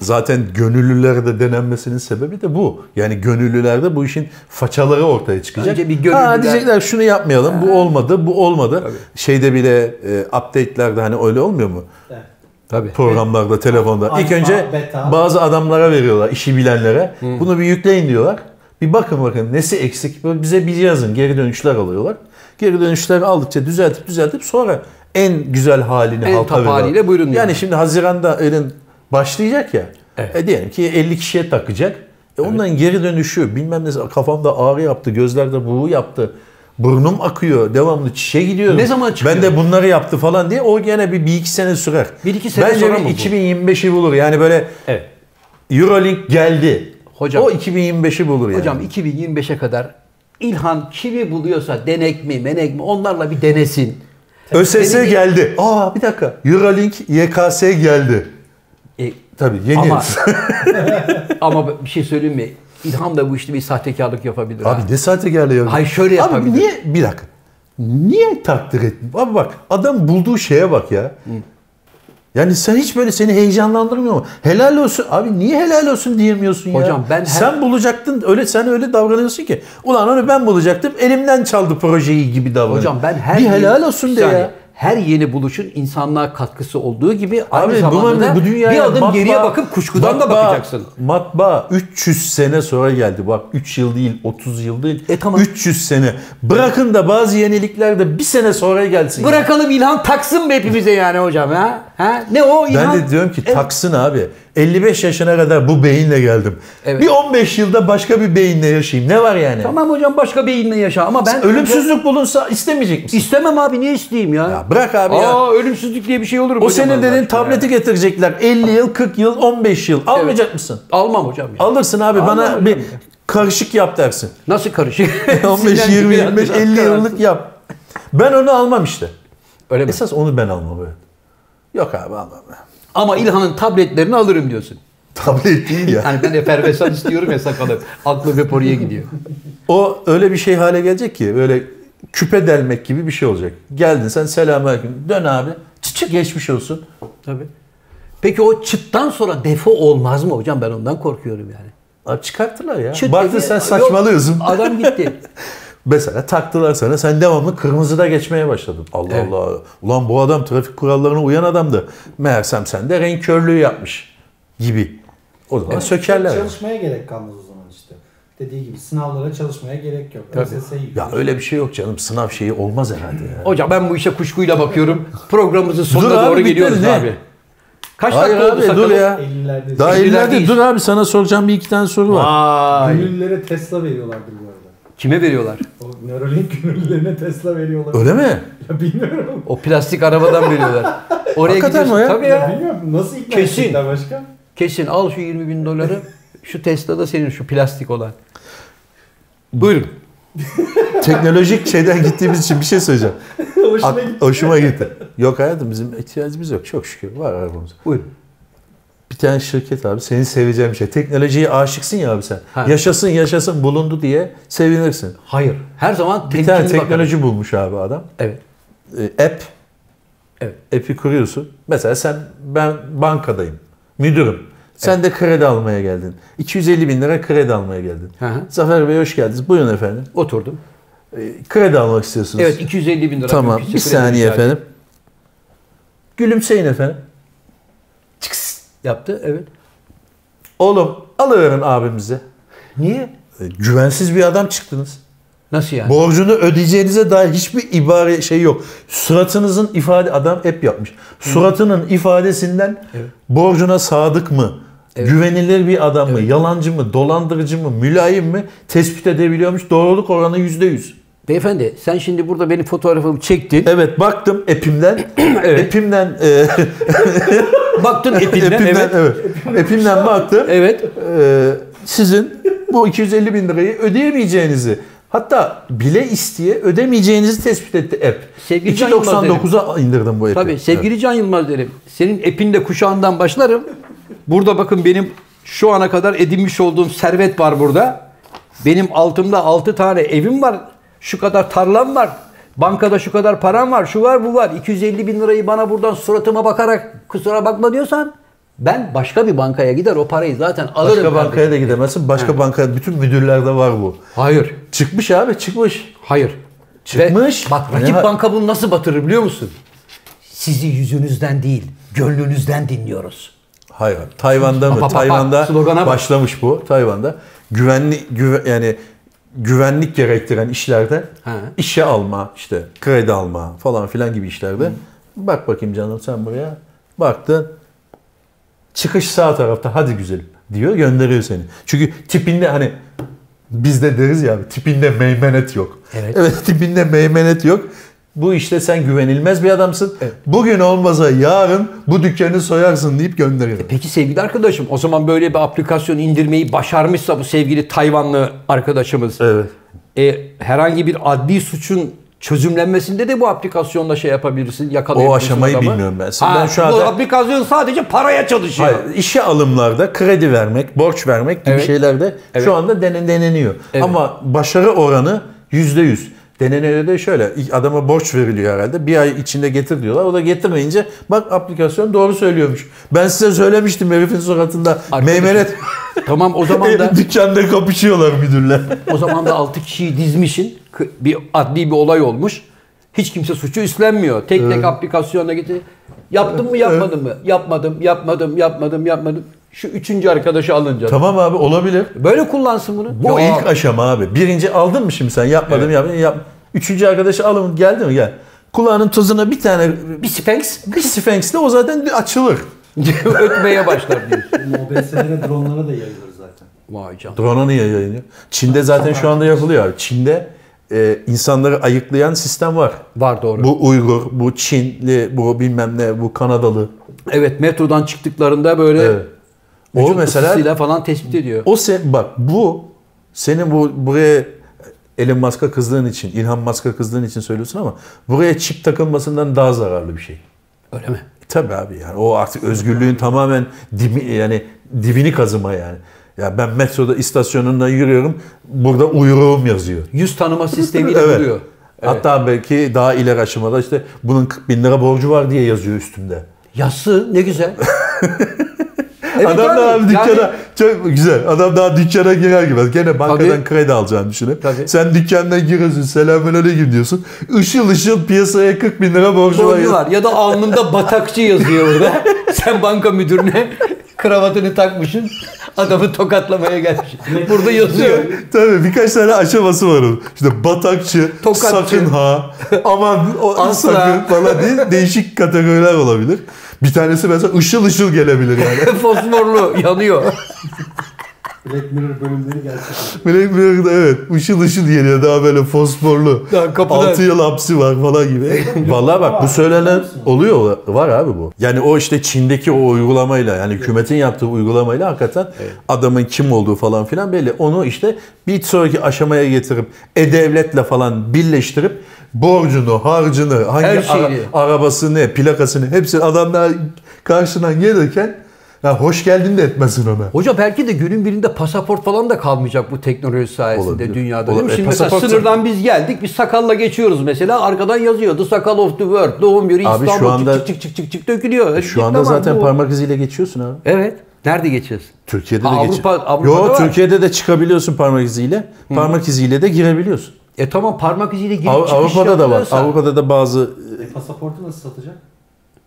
Speaker 2: zaten gönüllülere de denenmesinin sebebi de bu. Yani gönüllülerde bu işin façaları ortaya çıkacak.
Speaker 1: Önce bir gönüllüler-
Speaker 2: Ha, diyecekler şunu yapmayalım bu olmadı bu olmadı. Şeyde bile e, update'lerde hani öyle olmuyor mu?
Speaker 3: Evet.
Speaker 1: Tabii.
Speaker 2: Programlarda, telefonda.
Speaker 3: Alfa,
Speaker 2: İlk önce
Speaker 3: beta.
Speaker 2: bazı adamlara veriyorlar, işi bilenlere. Bunu bir yükleyin diyorlar. Bir bakın bakın nesi eksik. Böyle bize bir yazın. Geri dönüşler alıyorlar. Geri dönüşleri aldıkça düzeltip düzeltip sonra en güzel halini
Speaker 1: En
Speaker 2: halka
Speaker 1: top
Speaker 2: veriyorlar.
Speaker 1: haliyle buyurun
Speaker 2: Yani
Speaker 1: diyorlar.
Speaker 2: şimdi Haziran'da elin başlayacak ya.
Speaker 1: Evet.
Speaker 2: E diyelim ki 50 kişiye takacak. E onların geri dönüşü bilmem ne kafamda ağrı yaptı, gözlerde buğu yaptı. Burnum akıyor, devamlı çişe gidiyorum.
Speaker 1: Ne zaman çıkıyor?
Speaker 2: Ben de bunları yaptı falan diye o gene bir, bir iki sene sürer.
Speaker 1: Bir iki sene
Speaker 2: Bence
Speaker 1: sonra
Speaker 2: bir
Speaker 1: mı bu?
Speaker 2: 2025'i bulur. Yani böyle
Speaker 1: Evet.
Speaker 2: Eurolink geldi.
Speaker 1: Hocam-
Speaker 2: o 2025'i bulur yani.
Speaker 1: Hocam 2025'e kadar İlhan kimi buluyorsa denek mi menek mi onlarla bir denesin.
Speaker 2: ÖSS
Speaker 1: Benim-
Speaker 2: geldi. Aa bir dakika. Eurolink YKS geldi.
Speaker 1: E,
Speaker 2: Tabii yeni.
Speaker 1: Ama- <laughs> ama bir şey söyleyeyim mi? İlhan da bu işte bir sahtekarlık yapabilir. ha.
Speaker 2: Abi ne saate geldi ya?
Speaker 1: Hayır, şöyle
Speaker 2: Abi
Speaker 1: yapabilir.
Speaker 2: niye bir dakika. Niye takdir et? Abi bak adam bulduğu şeye bak ya. Yani sen hiç böyle seni heyecanlandırmıyor mu? Helal olsun. Abi niye helal olsun diyemiyorsun ya?
Speaker 1: Hocam ben her-
Speaker 2: Sen bulacaktın. Öyle sen öyle davranıyorsun ki. Ulan onu ben bulacaktım. Elimden çaldı projeyi gibi davranıyor.
Speaker 1: Hocam ben her
Speaker 2: Bir helal
Speaker 1: yeni-
Speaker 2: olsun
Speaker 1: Bir
Speaker 2: de
Speaker 1: saniye.
Speaker 2: ya.
Speaker 1: Her yeni buluşun insanlığa katkısı olduğu gibi aynı
Speaker 2: Abi
Speaker 1: zamanda da
Speaker 2: bu dünyaya
Speaker 1: bir adım
Speaker 2: matbaa-
Speaker 1: geriye bakıp kuşkudan da
Speaker 2: matbaa-
Speaker 1: bakacaksın.
Speaker 2: Matbaa 300 sene sonra geldi. Bak 3 yıl değil 30 yıl değil.
Speaker 1: E tamam.
Speaker 2: 300 sene. Bırakın da bazı yenilikler de bir sene sonra gelsin. ya.
Speaker 1: Bırakalım İlhan taksın be hepimize yani hocam ha? ha? Ne o İlhan?
Speaker 2: Ben de diyorum ki
Speaker 1: E,
Speaker 2: taksın abi. 55 yaşına kadar bu beyinle geldim.
Speaker 1: Evet.
Speaker 2: Bir 15 yılda başka bir beyinle yaşayayım. Ne var yani?
Speaker 1: Tamam hocam başka bir ilimle yaşa ama ben
Speaker 2: Ölümsüzlük bulunsa istemeyecek misin?
Speaker 1: istemem abi niye isteyeyim ya?
Speaker 2: Ya bırak abi ya.
Speaker 1: Aa ölümsüzlük diye bir şey olur mu?
Speaker 2: O
Speaker 1: hocam
Speaker 2: senin
Speaker 1: Allah
Speaker 2: dediğin
Speaker 1: aşkına
Speaker 2: tableti
Speaker 1: ya?
Speaker 2: getirecekler. 50 yıl, 40 yıl, 15 yıl. Almayacak mısın?
Speaker 1: Almam hocam ya.
Speaker 2: Alırsın abi
Speaker 1: Almam
Speaker 2: bana
Speaker 1: hocam
Speaker 2: bir
Speaker 1: ya.
Speaker 2: karışık yap dersin.
Speaker 1: Nasıl karışık?
Speaker 2: <laughs> 15,
Speaker 1: Sinyal
Speaker 2: 20,
Speaker 1: gibi
Speaker 2: 25,
Speaker 1: yani.
Speaker 2: 50 yıllık yap. Ben onu almam işte.
Speaker 1: Öyle mi?
Speaker 2: Esas onu ben almam evet. Yok abi almam.
Speaker 1: Ama İlhan'ın tabletlerini alırım diyorsun.
Speaker 2: tablet değil ya.
Speaker 1: Yani ben efervesan istiyorum ya sakalım. Aklım hep oraya gidiyor.
Speaker 2: O öyle bir şey hale gelecek ki böyle küpe delmek gibi bir şey olacak. Geldin sen selamünaleyküm dön abi. Çıçık geçmiş olsun.
Speaker 1: Tabii. Peki o çıttan sonra defo olmaz mı hocam? Ben ondan korkuyorum yani.
Speaker 2: Abi çıkarttılar ya.
Speaker 1: Çıt
Speaker 2: Baktın
Speaker 1: dedi,
Speaker 2: sen
Speaker 1: yok,
Speaker 2: saçmalıyorsun.
Speaker 1: adam gitti.
Speaker 2: <laughs> Mesela taktılar sana sen devamlı kırmızıda geçmeye başladın. Allah
Speaker 1: Evet.
Speaker 2: Allah. Ulan bu adam trafik kurallarına uyan adamdı. Meğersem sen de renk körlüğü yapmış gibi. O zaman sökerler.
Speaker 3: Çalışmaya gerek kalmaz o zaman işte. Dediği gibi sınavlara çalışmaya gerek yok. ÖSS'yi
Speaker 2: Ya öyle bir şey yok canım. Sınav şeyi olmaz herhalde ya.
Speaker 1: Hocam ben bu işe kuşkuyla bakıyorum. Programımızın sonuna
Speaker 2: Dur abi,
Speaker 1: doğru
Speaker 2: bitmedi,
Speaker 1: geliyoruz
Speaker 2: ne?
Speaker 1: abi. Kaç
Speaker 2: Hayır
Speaker 1: dakika oldu
Speaker 2: abi dur
Speaker 1: sakalı?
Speaker 2: ya.
Speaker 3: 50'lerde.
Speaker 2: Daha
Speaker 1: Elliler
Speaker 2: ellerde
Speaker 1: değil.
Speaker 2: dur abi sana soracağım bir iki tane soru var.
Speaker 1: Vay.
Speaker 3: Gönüllülere Tesla veriyorlardı bu arada.
Speaker 1: Kime veriyorlar?
Speaker 3: O Neuralink gönüllülerine Tesla veriyorlar.
Speaker 2: Öyle mi?
Speaker 3: Ya bilmiyorum.
Speaker 1: O plastik arabadan veriyorlar. Oraya
Speaker 2: Hakikaten
Speaker 1: gidiyorsun.
Speaker 2: mi o ya?
Speaker 1: Tabii
Speaker 3: Ya
Speaker 1: ya.
Speaker 3: bilmiyorum nasıl ikna
Speaker 1: Kesin.
Speaker 3: ettikler başka? <laughs>
Speaker 1: Kesin al şu 20 bin
Speaker 2: <laughs>
Speaker 1: doları. Şu Tesla'da senin şu plastik olan. Buyurun.
Speaker 2: Teknolojik şeyden gittiğimiz için bir şey söyleyeceğim.
Speaker 3: Hoşuna
Speaker 2: Ak-
Speaker 3: gitti.
Speaker 2: Hoşuma gitti. Yok hayatım bizim ihtiyacımız yok. Çok şükür var arabamız.
Speaker 1: Buyurun.
Speaker 2: Bir tane şirket abi seni seveceğim şey. Teknolojiye aşıksın ya abi sen.
Speaker 1: Ha.
Speaker 2: Yaşasın yaşasın bulundu diye sevinirsin.
Speaker 1: Hayır. Her zaman
Speaker 2: Bir tane
Speaker 1: temkinli bakarım.
Speaker 2: teknoloji bulmuş abi adam.
Speaker 1: Evet.
Speaker 2: E, app.
Speaker 1: Evet.
Speaker 2: App'i kuruyorsun. Mesela sen ben bankadayım. Müdürüm. Sen de kredi almaya geldin. 250 bin lira kredi almaya geldin.
Speaker 1: Hı hı.
Speaker 2: Zafer Bey hoş geldiniz. Buyurun efendim.
Speaker 1: Oturdum.
Speaker 2: E, kredi almak istiyorsunuz.
Speaker 1: Evet 250 bin lira.
Speaker 2: Tamam.
Speaker 1: Çünkü
Speaker 2: Bir
Speaker 1: sıfır
Speaker 2: saniye
Speaker 1: elli
Speaker 2: efendim. Gülümseyin efendim.
Speaker 1: Yaptı evet.
Speaker 2: Oğlum alıverin abimize. Niye? E, güvensiz bir adam çıktınız.
Speaker 1: Nasıl yani?
Speaker 2: Borcunu ödeyeceğinize dair hiçbir ibare şey yok. Suratınızın ifade adam hep yapmış. Suratının ifadesinden
Speaker 1: Evet.
Speaker 2: borcuna sadık mı? Güvenilir bir adam mı? Yalancı mı? Dolandırıcı mı? Mülayim mi? Tespit edebiliyormuş. Doğruluk oranı %100.
Speaker 1: Beyefendi sen şimdi burada benim fotoğrafımı
Speaker 2: <laughs>
Speaker 1: çektin.
Speaker 2: Evet baktım epimden.
Speaker 1: <clears throat> Evet.
Speaker 2: Epimden e, <laughs>
Speaker 1: Baktın
Speaker 2: epimden,
Speaker 1: etinden. evet.
Speaker 2: evet. Epimden baktım.
Speaker 1: Evet.
Speaker 2: Ee, sizin bu 250 bin lirayı ödeyemeyeceğinizi hatta bile isteye ödemeyeceğinizi tespit etti app.
Speaker 1: Sevgili Can Yılmaz
Speaker 2: 2.99'a indirdim bu app'i.
Speaker 1: Tabii sevgili Can Yılmaz derim. Senin epinle kuşağından başlarım. Burada bakın benim şu ana kadar edinmiş olduğum servet var burada. Benim altımda 6 tane evim var. Şu kadar tarlam var. Bankada şu kadar param var. Şu var bu var. 250 bin lirayı bana buradan suratıma bakarak kusura bakma diyorsan ben başka bir bankaya gider o parayı zaten
Speaker 2: Evet.
Speaker 1: alırım.
Speaker 2: Başka
Speaker 1: kardeşim.
Speaker 2: bankaya da gidemezsin. Başka banka bütün müdürlerde var bu.
Speaker 1: Hayır.
Speaker 2: Çıkmış abi çıkmış.
Speaker 1: Hayır.
Speaker 2: Çıkmış.
Speaker 1: Ve bak rakip
Speaker 2: Ne-
Speaker 1: banka bunu nasıl batırır biliyor musun? Sizi yüzünüzden değil, gönlünüzden dinliyoruz.
Speaker 2: Hayır. Tayvan'da mı?
Speaker 1: Bak, bak, bak,
Speaker 2: Tayvan'da
Speaker 1: slogana bak.
Speaker 2: başlamış bu. Tayvan'da güvenli güve- yani güvenlik gerektiren işlerde
Speaker 1: Ha.
Speaker 2: işe alma, işte kredi alma falan filan gibi işlerde. Bak bakayım canım sen buraya. Baktın. Çıkış sağ tarafta. Hadi güzelim diyor gönderiyor seni. Çünkü tipinde hani biz de deriz ya tipinde meymenet yok.
Speaker 1: Evet.
Speaker 2: <laughs> tipinde meymenet yok. Bu işte sen güvenilmez bir adamsın.
Speaker 1: Evet.
Speaker 2: Bugün olmasa yarın bu dükkanı soyarsın deyip gönderiyor.
Speaker 1: Peki sevgili arkadaşım o zaman böyle bir aplikasyon indirmeyi başarmışsa bu sevgili Tayvanlı arkadaşımız
Speaker 2: Evet.
Speaker 1: e, herhangi bir adli suçun çözümlenmesinde de bu aplikasyonla şey yapabilirsin yakalayabilirsin
Speaker 2: O aşamayı
Speaker 1: adamı.
Speaker 2: bilmiyorum ben. Sen-
Speaker 1: Ha,
Speaker 2: ben şu
Speaker 1: Bu
Speaker 2: anda-
Speaker 1: aplikasyon sadece paraya çalışıyor.
Speaker 2: Hayır, işe alımlarda kredi vermek, borç vermek gibi
Speaker 1: Evet.
Speaker 2: şeylerde
Speaker 1: Evet.
Speaker 2: şu anda denen- deneniyor.
Speaker 1: Evet.
Speaker 2: Ama başarı oranı %100. Denenede de şöyle, ilk adama borç veriliyor herhalde. Bir ay içinde getir diyorlar. O da getirmeyince bak aplikasyon doğru söylüyormuş. Ben size söylemiştim herifin suratında.
Speaker 1: Arkadaşım,
Speaker 2: Meymenet
Speaker 1: Tamam o
Speaker 2: <laughs>
Speaker 1: zaman da
Speaker 2: dükkanda kapışıyorlar müdürler.
Speaker 1: O zaman da 6 kişiyi dizmişin. K- Bir adli bir olay olmuş. Hiç kimse suçu üstlenmiyor. Tek tek aplikasyona gitti. Yaptım mı yapmadım mı? Yapmadım, yapmadım, yapmadım, yapmadım. Şu üçüncü arkadaşı alınca.
Speaker 2: tamam abi olabilir.
Speaker 1: Böyle kullansın bunu.
Speaker 2: Bu
Speaker 1: Ya,
Speaker 2: ilk aşama abi. Birinci aldın mı şimdi sen? Yapmadım
Speaker 1: Evet.
Speaker 2: yapmadım. Yap. Üçüncü arkadaşı alın geldi mi? Gel. Kulağının tozuna bir tane
Speaker 1: bir Sphinx
Speaker 2: bir sfenksle o zaten açılır.
Speaker 1: <laughs> ötmeye başlar diyor.
Speaker 3: OBS'lere, dronlara da yayılır zaten.
Speaker 1: Vay canım.
Speaker 2: Drone'u niye yayınlıyor? Çin'de zaten şu anda yapılıyor abi. Çin'de e, insanları ayıklayan sistem var.
Speaker 1: Var doğru.
Speaker 2: Bu Uygur, bu Çinli, bu bilmem ne, bu Kanadalı.
Speaker 1: Evet metrodan çıktıklarında böyle
Speaker 2: Evet. O
Speaker 1: vücut
Speaker 2: mesela
Speaker 1: ısısıyla falan tespit ediyor.
Speaker 2: o se bak bu senin bu buraya Elon Musk'a kızdığın için, İlhan Musk'a kızdığın için söylüyorsun ama buraya çip takılmasından daha zararlı bir şey.
Speaker 1: Öyle mi?
Speaker 2: Tabii abi yani o artık özgürlüğün tamamen dibi, yani dibini kazıma yani. Ya ben metroda istasyonundan yürüyorum. Burada uyruğum yazıyor.
Speaker 1: Yüz tanıma sistemiyle
Speaker 2: Evet.
Speaker 1: vuruyor.
Speaker 2: Hatta belki daha ileri aşamada işte bunun 40 bin lira borcu var diye yazıyor üstünde.
Speaker 1: Yazsın ne
Speaker 2: <laughs>
Speaker 1: güzel. Evet
Speaker 2: adam daha
Speaker 1: abi,
Speaker 2: dükkana
Speaker 1: yani-
Speaker 2: çok güzel. Adam daha dükkana girer girmez. Gene bankadan
Speaker 1: Tabii.
Speaker 2: kredi alacağını düşünüp.
Speaker 1: Tabii.
Speaker 2: Sen dükkandan giriyorsun. Selamünaleyküm diyorsun. Işıl ışıl piyasaya 40 bin lira borcu,
Speaker 1: Borcu
Speaker 2: var.
Speaker 1: var. Ya da alnında batakçı yazıyor
Speaker 2: <laughs>
Speaker 1: orada. Sen banka müdürüne kravatını takmışsın. Adamı tokatlamaya gelmişsin. Burada yazıyor.
Speaker 2: <laughs> Tabii birkaç tane aşaması var onun. İşte batakçı,
Speaker 1: Tokatçı.
Speaker 2: sakın ha, aman o,
Speaker 1: Asla.
Speaker 2: sakın falan diye değişik kategoriler olabilir. Bir tanesi mesela ışıl ışıl gelebilir yani.
Speaker 1: Fosforlu yanıyor.
Speaker 3: Black Mirror bölümleri gerçekten.
Speaker 2: Black Mirror'da evet ışıl ışıl geliyor daha böyle fosforlu.
Speaker 1: Daha kapıda-
Speaker 2: 6 yıl hapsi var falan gibi. Vallahi bak bu söylenen oluyor var abi bu. Yani o işte Çin'deki o uygulamayla yani hükümetin yaptığı uygulamayla hakikaten adamın kim olduğu falan filan belli. Onu işte bir sonraki aşamaya getirip e-devletle falan birleştirip borcunu, harcını, hangi
Speaker 1: Her
Speaker 2: ara-
Speaker 1: şeyini.
Speaker 2: arabasını, plakasını hepsini adamlar karşından gelirken ya hoş geldin de etmesin ona.
Speaker 1: Hoca belki de günün birinde pasaport falan da kalmayacak bu teknoloji sayesinde
Speaker 2: Olabilir.
Speaker 1: dünyada. değil mi?
Speaker 2: Olabilir.
Speaker 1: Şimdi
Speaker 2: E,
Speaker 1: mesela
Speaker 2: pasaport-
Speaker 1: sınırdan biz geldik, biz sakalla geçiyoruz mesela. Arkadan yazıyordu Sakal of the World, doğum günü
Speaker 2: Abi şu
Speaker 1: İstanbul,
Speaker 2: anda-
Speaker 1: çık
Speaker 2: E,
Speaker 1: çık çık çık çık dökülüyor. E,
Speaker 2: Şu anda
Speaker 1: Tamam,
Speaker 2: zaten
Speaker 1: bu-
Speaker 2: parmak iziyle geçiyorsun abi.
Speaker 1: Evet, nerede geçeceğiz?
Speaker 2: Türkiye'de de
Speaker 1: Ha,
Speaker 2: geç-
Speaker 1: Avrupa- Avrupa'da
Speaker 2: Yo,
Speaker 1: var.
Speaker 2: Türkiye'de de çıkabiliyorsun parmak iziyle. Parmak iziyle de girebiliyorsun.
Speaker 1: E tamam parmak iziyle girip
Speaker 2: Av-
Speaker 1: çıkış
Speaker 2: Avrupa'da da var.
Speaker 1: yapılıyorsa-
Speaker 2: Avrupa'da da bazı e,
Speaker 3: E, pasaportu nasıl satacak?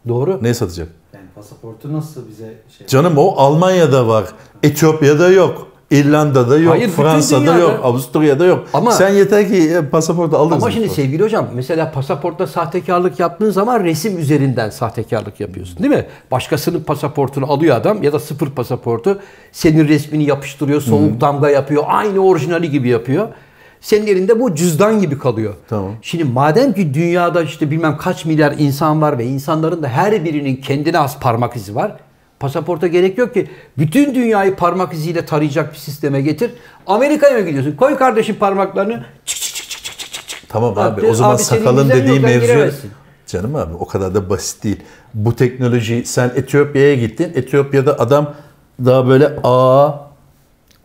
Speaker 1: Doğru.
Speaker 2: ne satacak?
Speaker 3: Yani pasaportu nasıl bize
Speaker 2: <laughs>
Speaker 3: şey...
Speaker 2: Canım o Almanya'da var. Etiyopya'da yok. İrlanda'da yok.
Speaker 1: Hayır, bütün
Speaker 2: Fransa'da yok.
Speaker 1: dünyada.
Speaker 2: Avusturya'da yok.
Speaker 1: Ama-
Speaker 2: sen yeter ki e, pasaportu alırsın.
Speaker 1: Ama şimdi şey-
Speaker 2: sonra.
Speaker 1: sevgili hocam mesela pasaportta sahtekarlık yaptığın zaman resim üzerinden sahtekarlık yapıyorsun değil mi? Başkasının pasaportunu alıyor adam ya da sıfır pasaportu senin resmini yapıştırıyor, soğuk damga yapıyor, aynı orijinali gibi yapıyor. Senin elinde bu cüzdan gibi kalıyor.
Speaker 2: Tamam.
Speaker 1: Şimdi madem ki dünyada işte bilmem kaç milyar insan var ve insanların da her birinin kendine has parmak izi var. Pasaporta gerek yok ki. Bütün dünyayı parmak iziyle tarayacak bir sisteme getir. Amerika'ya mı gidiyorsun? Koy kardeşim parmaklarını. Çık çık çık çık çık çık çık çık.
Speaker 2: Tamam abi,
Speaker 1: Abi,
Speaker 2: o zaman
Speaker 1: abi senin
Speaker 2: sakalın
Speaker 1: vizen
Speaker 2: dediği
Speaker 1: yok, ben
Speaker 2: mevzu
Speaker 1: giremezsin.
Speaker 2: canım abi o kadar da basit değil. Bu teknoloji sen Etiyopya'ya gittin. Etiyopya'da adam daha böyle A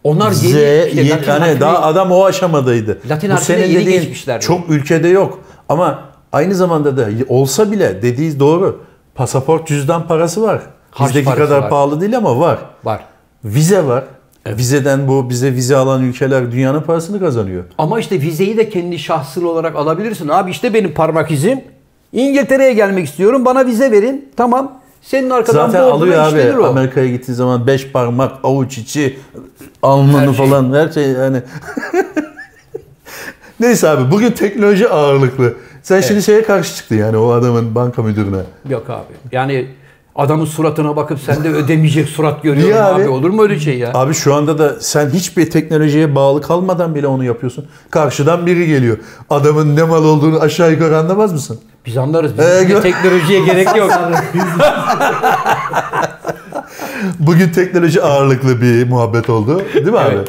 Speaker 1: Onlar
Speaker 2: Z
Speaker 1: yeni, işte
Speaker 2: yeni-
Speaker 1: Latin
Speaker 2: yani
Speaker 1: harfine-
Speaker 2: daha adam o aşamadaydı.
Speaker 1: Latin
Speaker 2: Bu
Speaker 1: harfine
Speaker 2: senin
Speaker 1: yeni
Speaker 2: dediğin
Speaker 1: geçmişler.
Speaker 2: Çok ülkede yok ama aynı zamanda da olsa bile dediği doğru. Pasaport cüzdan parası var.
Speaker 1: Harç
Speaker 2: Bizdeki
Speaker 1: parası
Speaker 2: kadar
Speaker 1: var.
Speaker 2: pahalı değil ama var.
Speaker 1: var.
Speaker 2: Vize var. Vizeden bu bize vize alan ülkeler dünyanın parasını kazanıyor.
Speaker 1: Ama işte vizeyi de kendi şahsın olarak alabilirsin. Abi işte benim parmak izim. İngiltere'ye gelmek istiyorum. Bana vize verin. Tamam. Senin arkadan
Speaker 2: Zaten
Speaker 1: bu
Speaker 2: alıyor
Speaker 1: olduğuna işlenir
Speaker 2: abi.
Speaker 1: o.
Speaker 2: Amerika'ya gittiği zaman beş parmak, avuç içi, alnını falan her şey yani. <laughs> Neyse abi bugün teknoloji ağırlıklı. Sen şimdi şeye karşı çıktın yani o adamın banka müdürüne.
Speaker 1: Yok abi. Yani adamın suratına bakıp sen de ödemeyecek
Speaker 2: <laughs>
Speaker 1: surat görüyorum
Speaker 2: Niye
Speaker 1: abi.
Speaker 2: abi?
Speaker 1: Olur mu öyle şey ya?
Speaker 2: Abi şu anda da sen hiçbir teknolojiye bağlı kalmadan bile onu yapıyorsun. Karşıdan biri geliyor. Adamın ne mal olduğunu aşağı yukarı anlamaz mısın?
Speaker 1: Biz anlarız.
Speaker 2: Ee,
Speaker 1: Bizim de
Speaker 2: gö- <laughs>
Speaker 1: teknolojiye gerek yok.
Speaker 2: Bugün teknoloji ağırlıklı bir muhabbet oldu. Değil mi abi?
Speaker 1: Evet.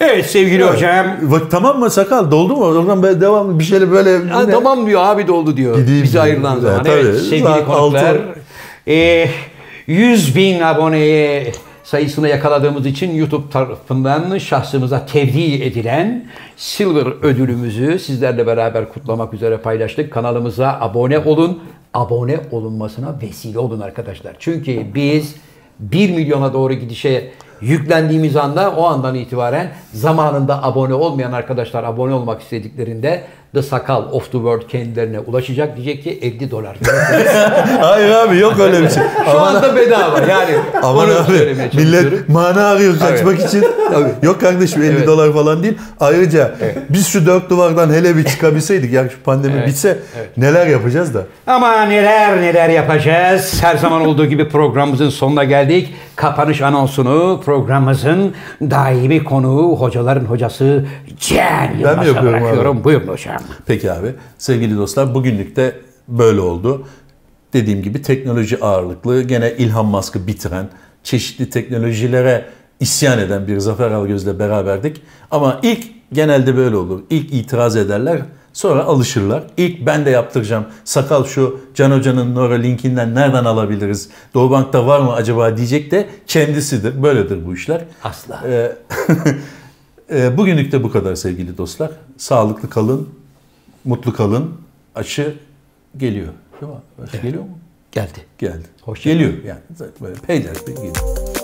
Speaker 1: Evet sevgili hocam.
Speaker 2: Bak, tamam mı sakal doldu mu? Oradan böyle devamlı bir şeyle böyle...
Speaker 1: Ha,
Speaker 2: Yine-
Speaker 1: tamam diyor abi doldu diyor.
Speaker 2: Gideyim
Speaker 1: Bize
Speaker 2: diyor.
Speaker 1: ayrılan
Speaker 2: Ya,
Speaker 1: zaman.
Speaker 2: tabii.
Speaker 1: Evet sevgili
Speaker 2: Zaten
Speaker 1: konuklar.
Speaker 2: altı-
Speaker 1: E, 100 bin aboneye sayısını yakaladığımız için YouTube tarafından şahsımıza tevdi edilen Silver ödülümüzü sizlerle beraber kutlamak üzere paylaştık. Kanalımıza abone olun. Abone olunmasına vesile olun arkadaşlar. Çünkü biz 1 milyona doğru gidişe yüklendiğimiz anda o andan itibaren zamanında abone olmayan arkadaşlar abone olmak istediklerinde The Sakal of the World kendilerine ulaşacak. Diyecek ki 50 dolar.
Speaker 2: Hayır abi yok öyle bir şey.
Speaker 1: Şu
Speaker 2: Aman,
Speaker 1: anda bedava yani.
Speaker 2: aman
Speaker 1: Onu
Speaker 2: abi
Speaker 1: söylemeye çalışıyorum.
Speaker 2: millet mana arıyor kaçmak için. Yok kardeşim 50
Speaker 1: Evet.
Speaker 2: dolar falan değil. Ayrıca biz şu dört duvardan hele bir çıkabilseydik ya şu pandemi bitse neler yapacağız da.
Speaker 1: Ama neler neler yapacağız. Her zaman olduğu gibi programımızın sonuna geldik. Kapanış anonsunu programımızın daimi konuğu hocaların hocası Cem Yılmaz'a
Speaker 2: yapıyorum abi?
Speaker 1: bırakıyorum. Buyurun hocam.
Speaker 2: Peki abi sevgili dostlar bugünlük de böyle oldu. Dediğim gibi teknoloji ağırlıklı gene Elon Musk'ı bitiren çeşitli teknolojilere isyan eden bir Zafer Algöz'le beraberdik. Ama ilk genelde böyle olur. İlk itiraz ederler Sonra alışırlar. İlk ben de yaptıracağım. Sakal şu Can Hoca'nın Nora linkinden nereden alabiliriz? Doğubank'ta var mı acaba diyecek de kendisidir. Böyledir bu işler.
Speaker 1: Asla.
Speaker 2: Ee, <laughs> e, bugünlük de bu kadar sevgili dostlar. Sağlıklı kalın, mutlu kalın. Aşı geliyor. Değil mi? Aşı Geliyor mu?
Speaker 1: Geldi.
Speaker 2: Geldi.
Speaker 1: Hoşça
Speaker 2: geliyor yani. Böyle peyderpey geliyor.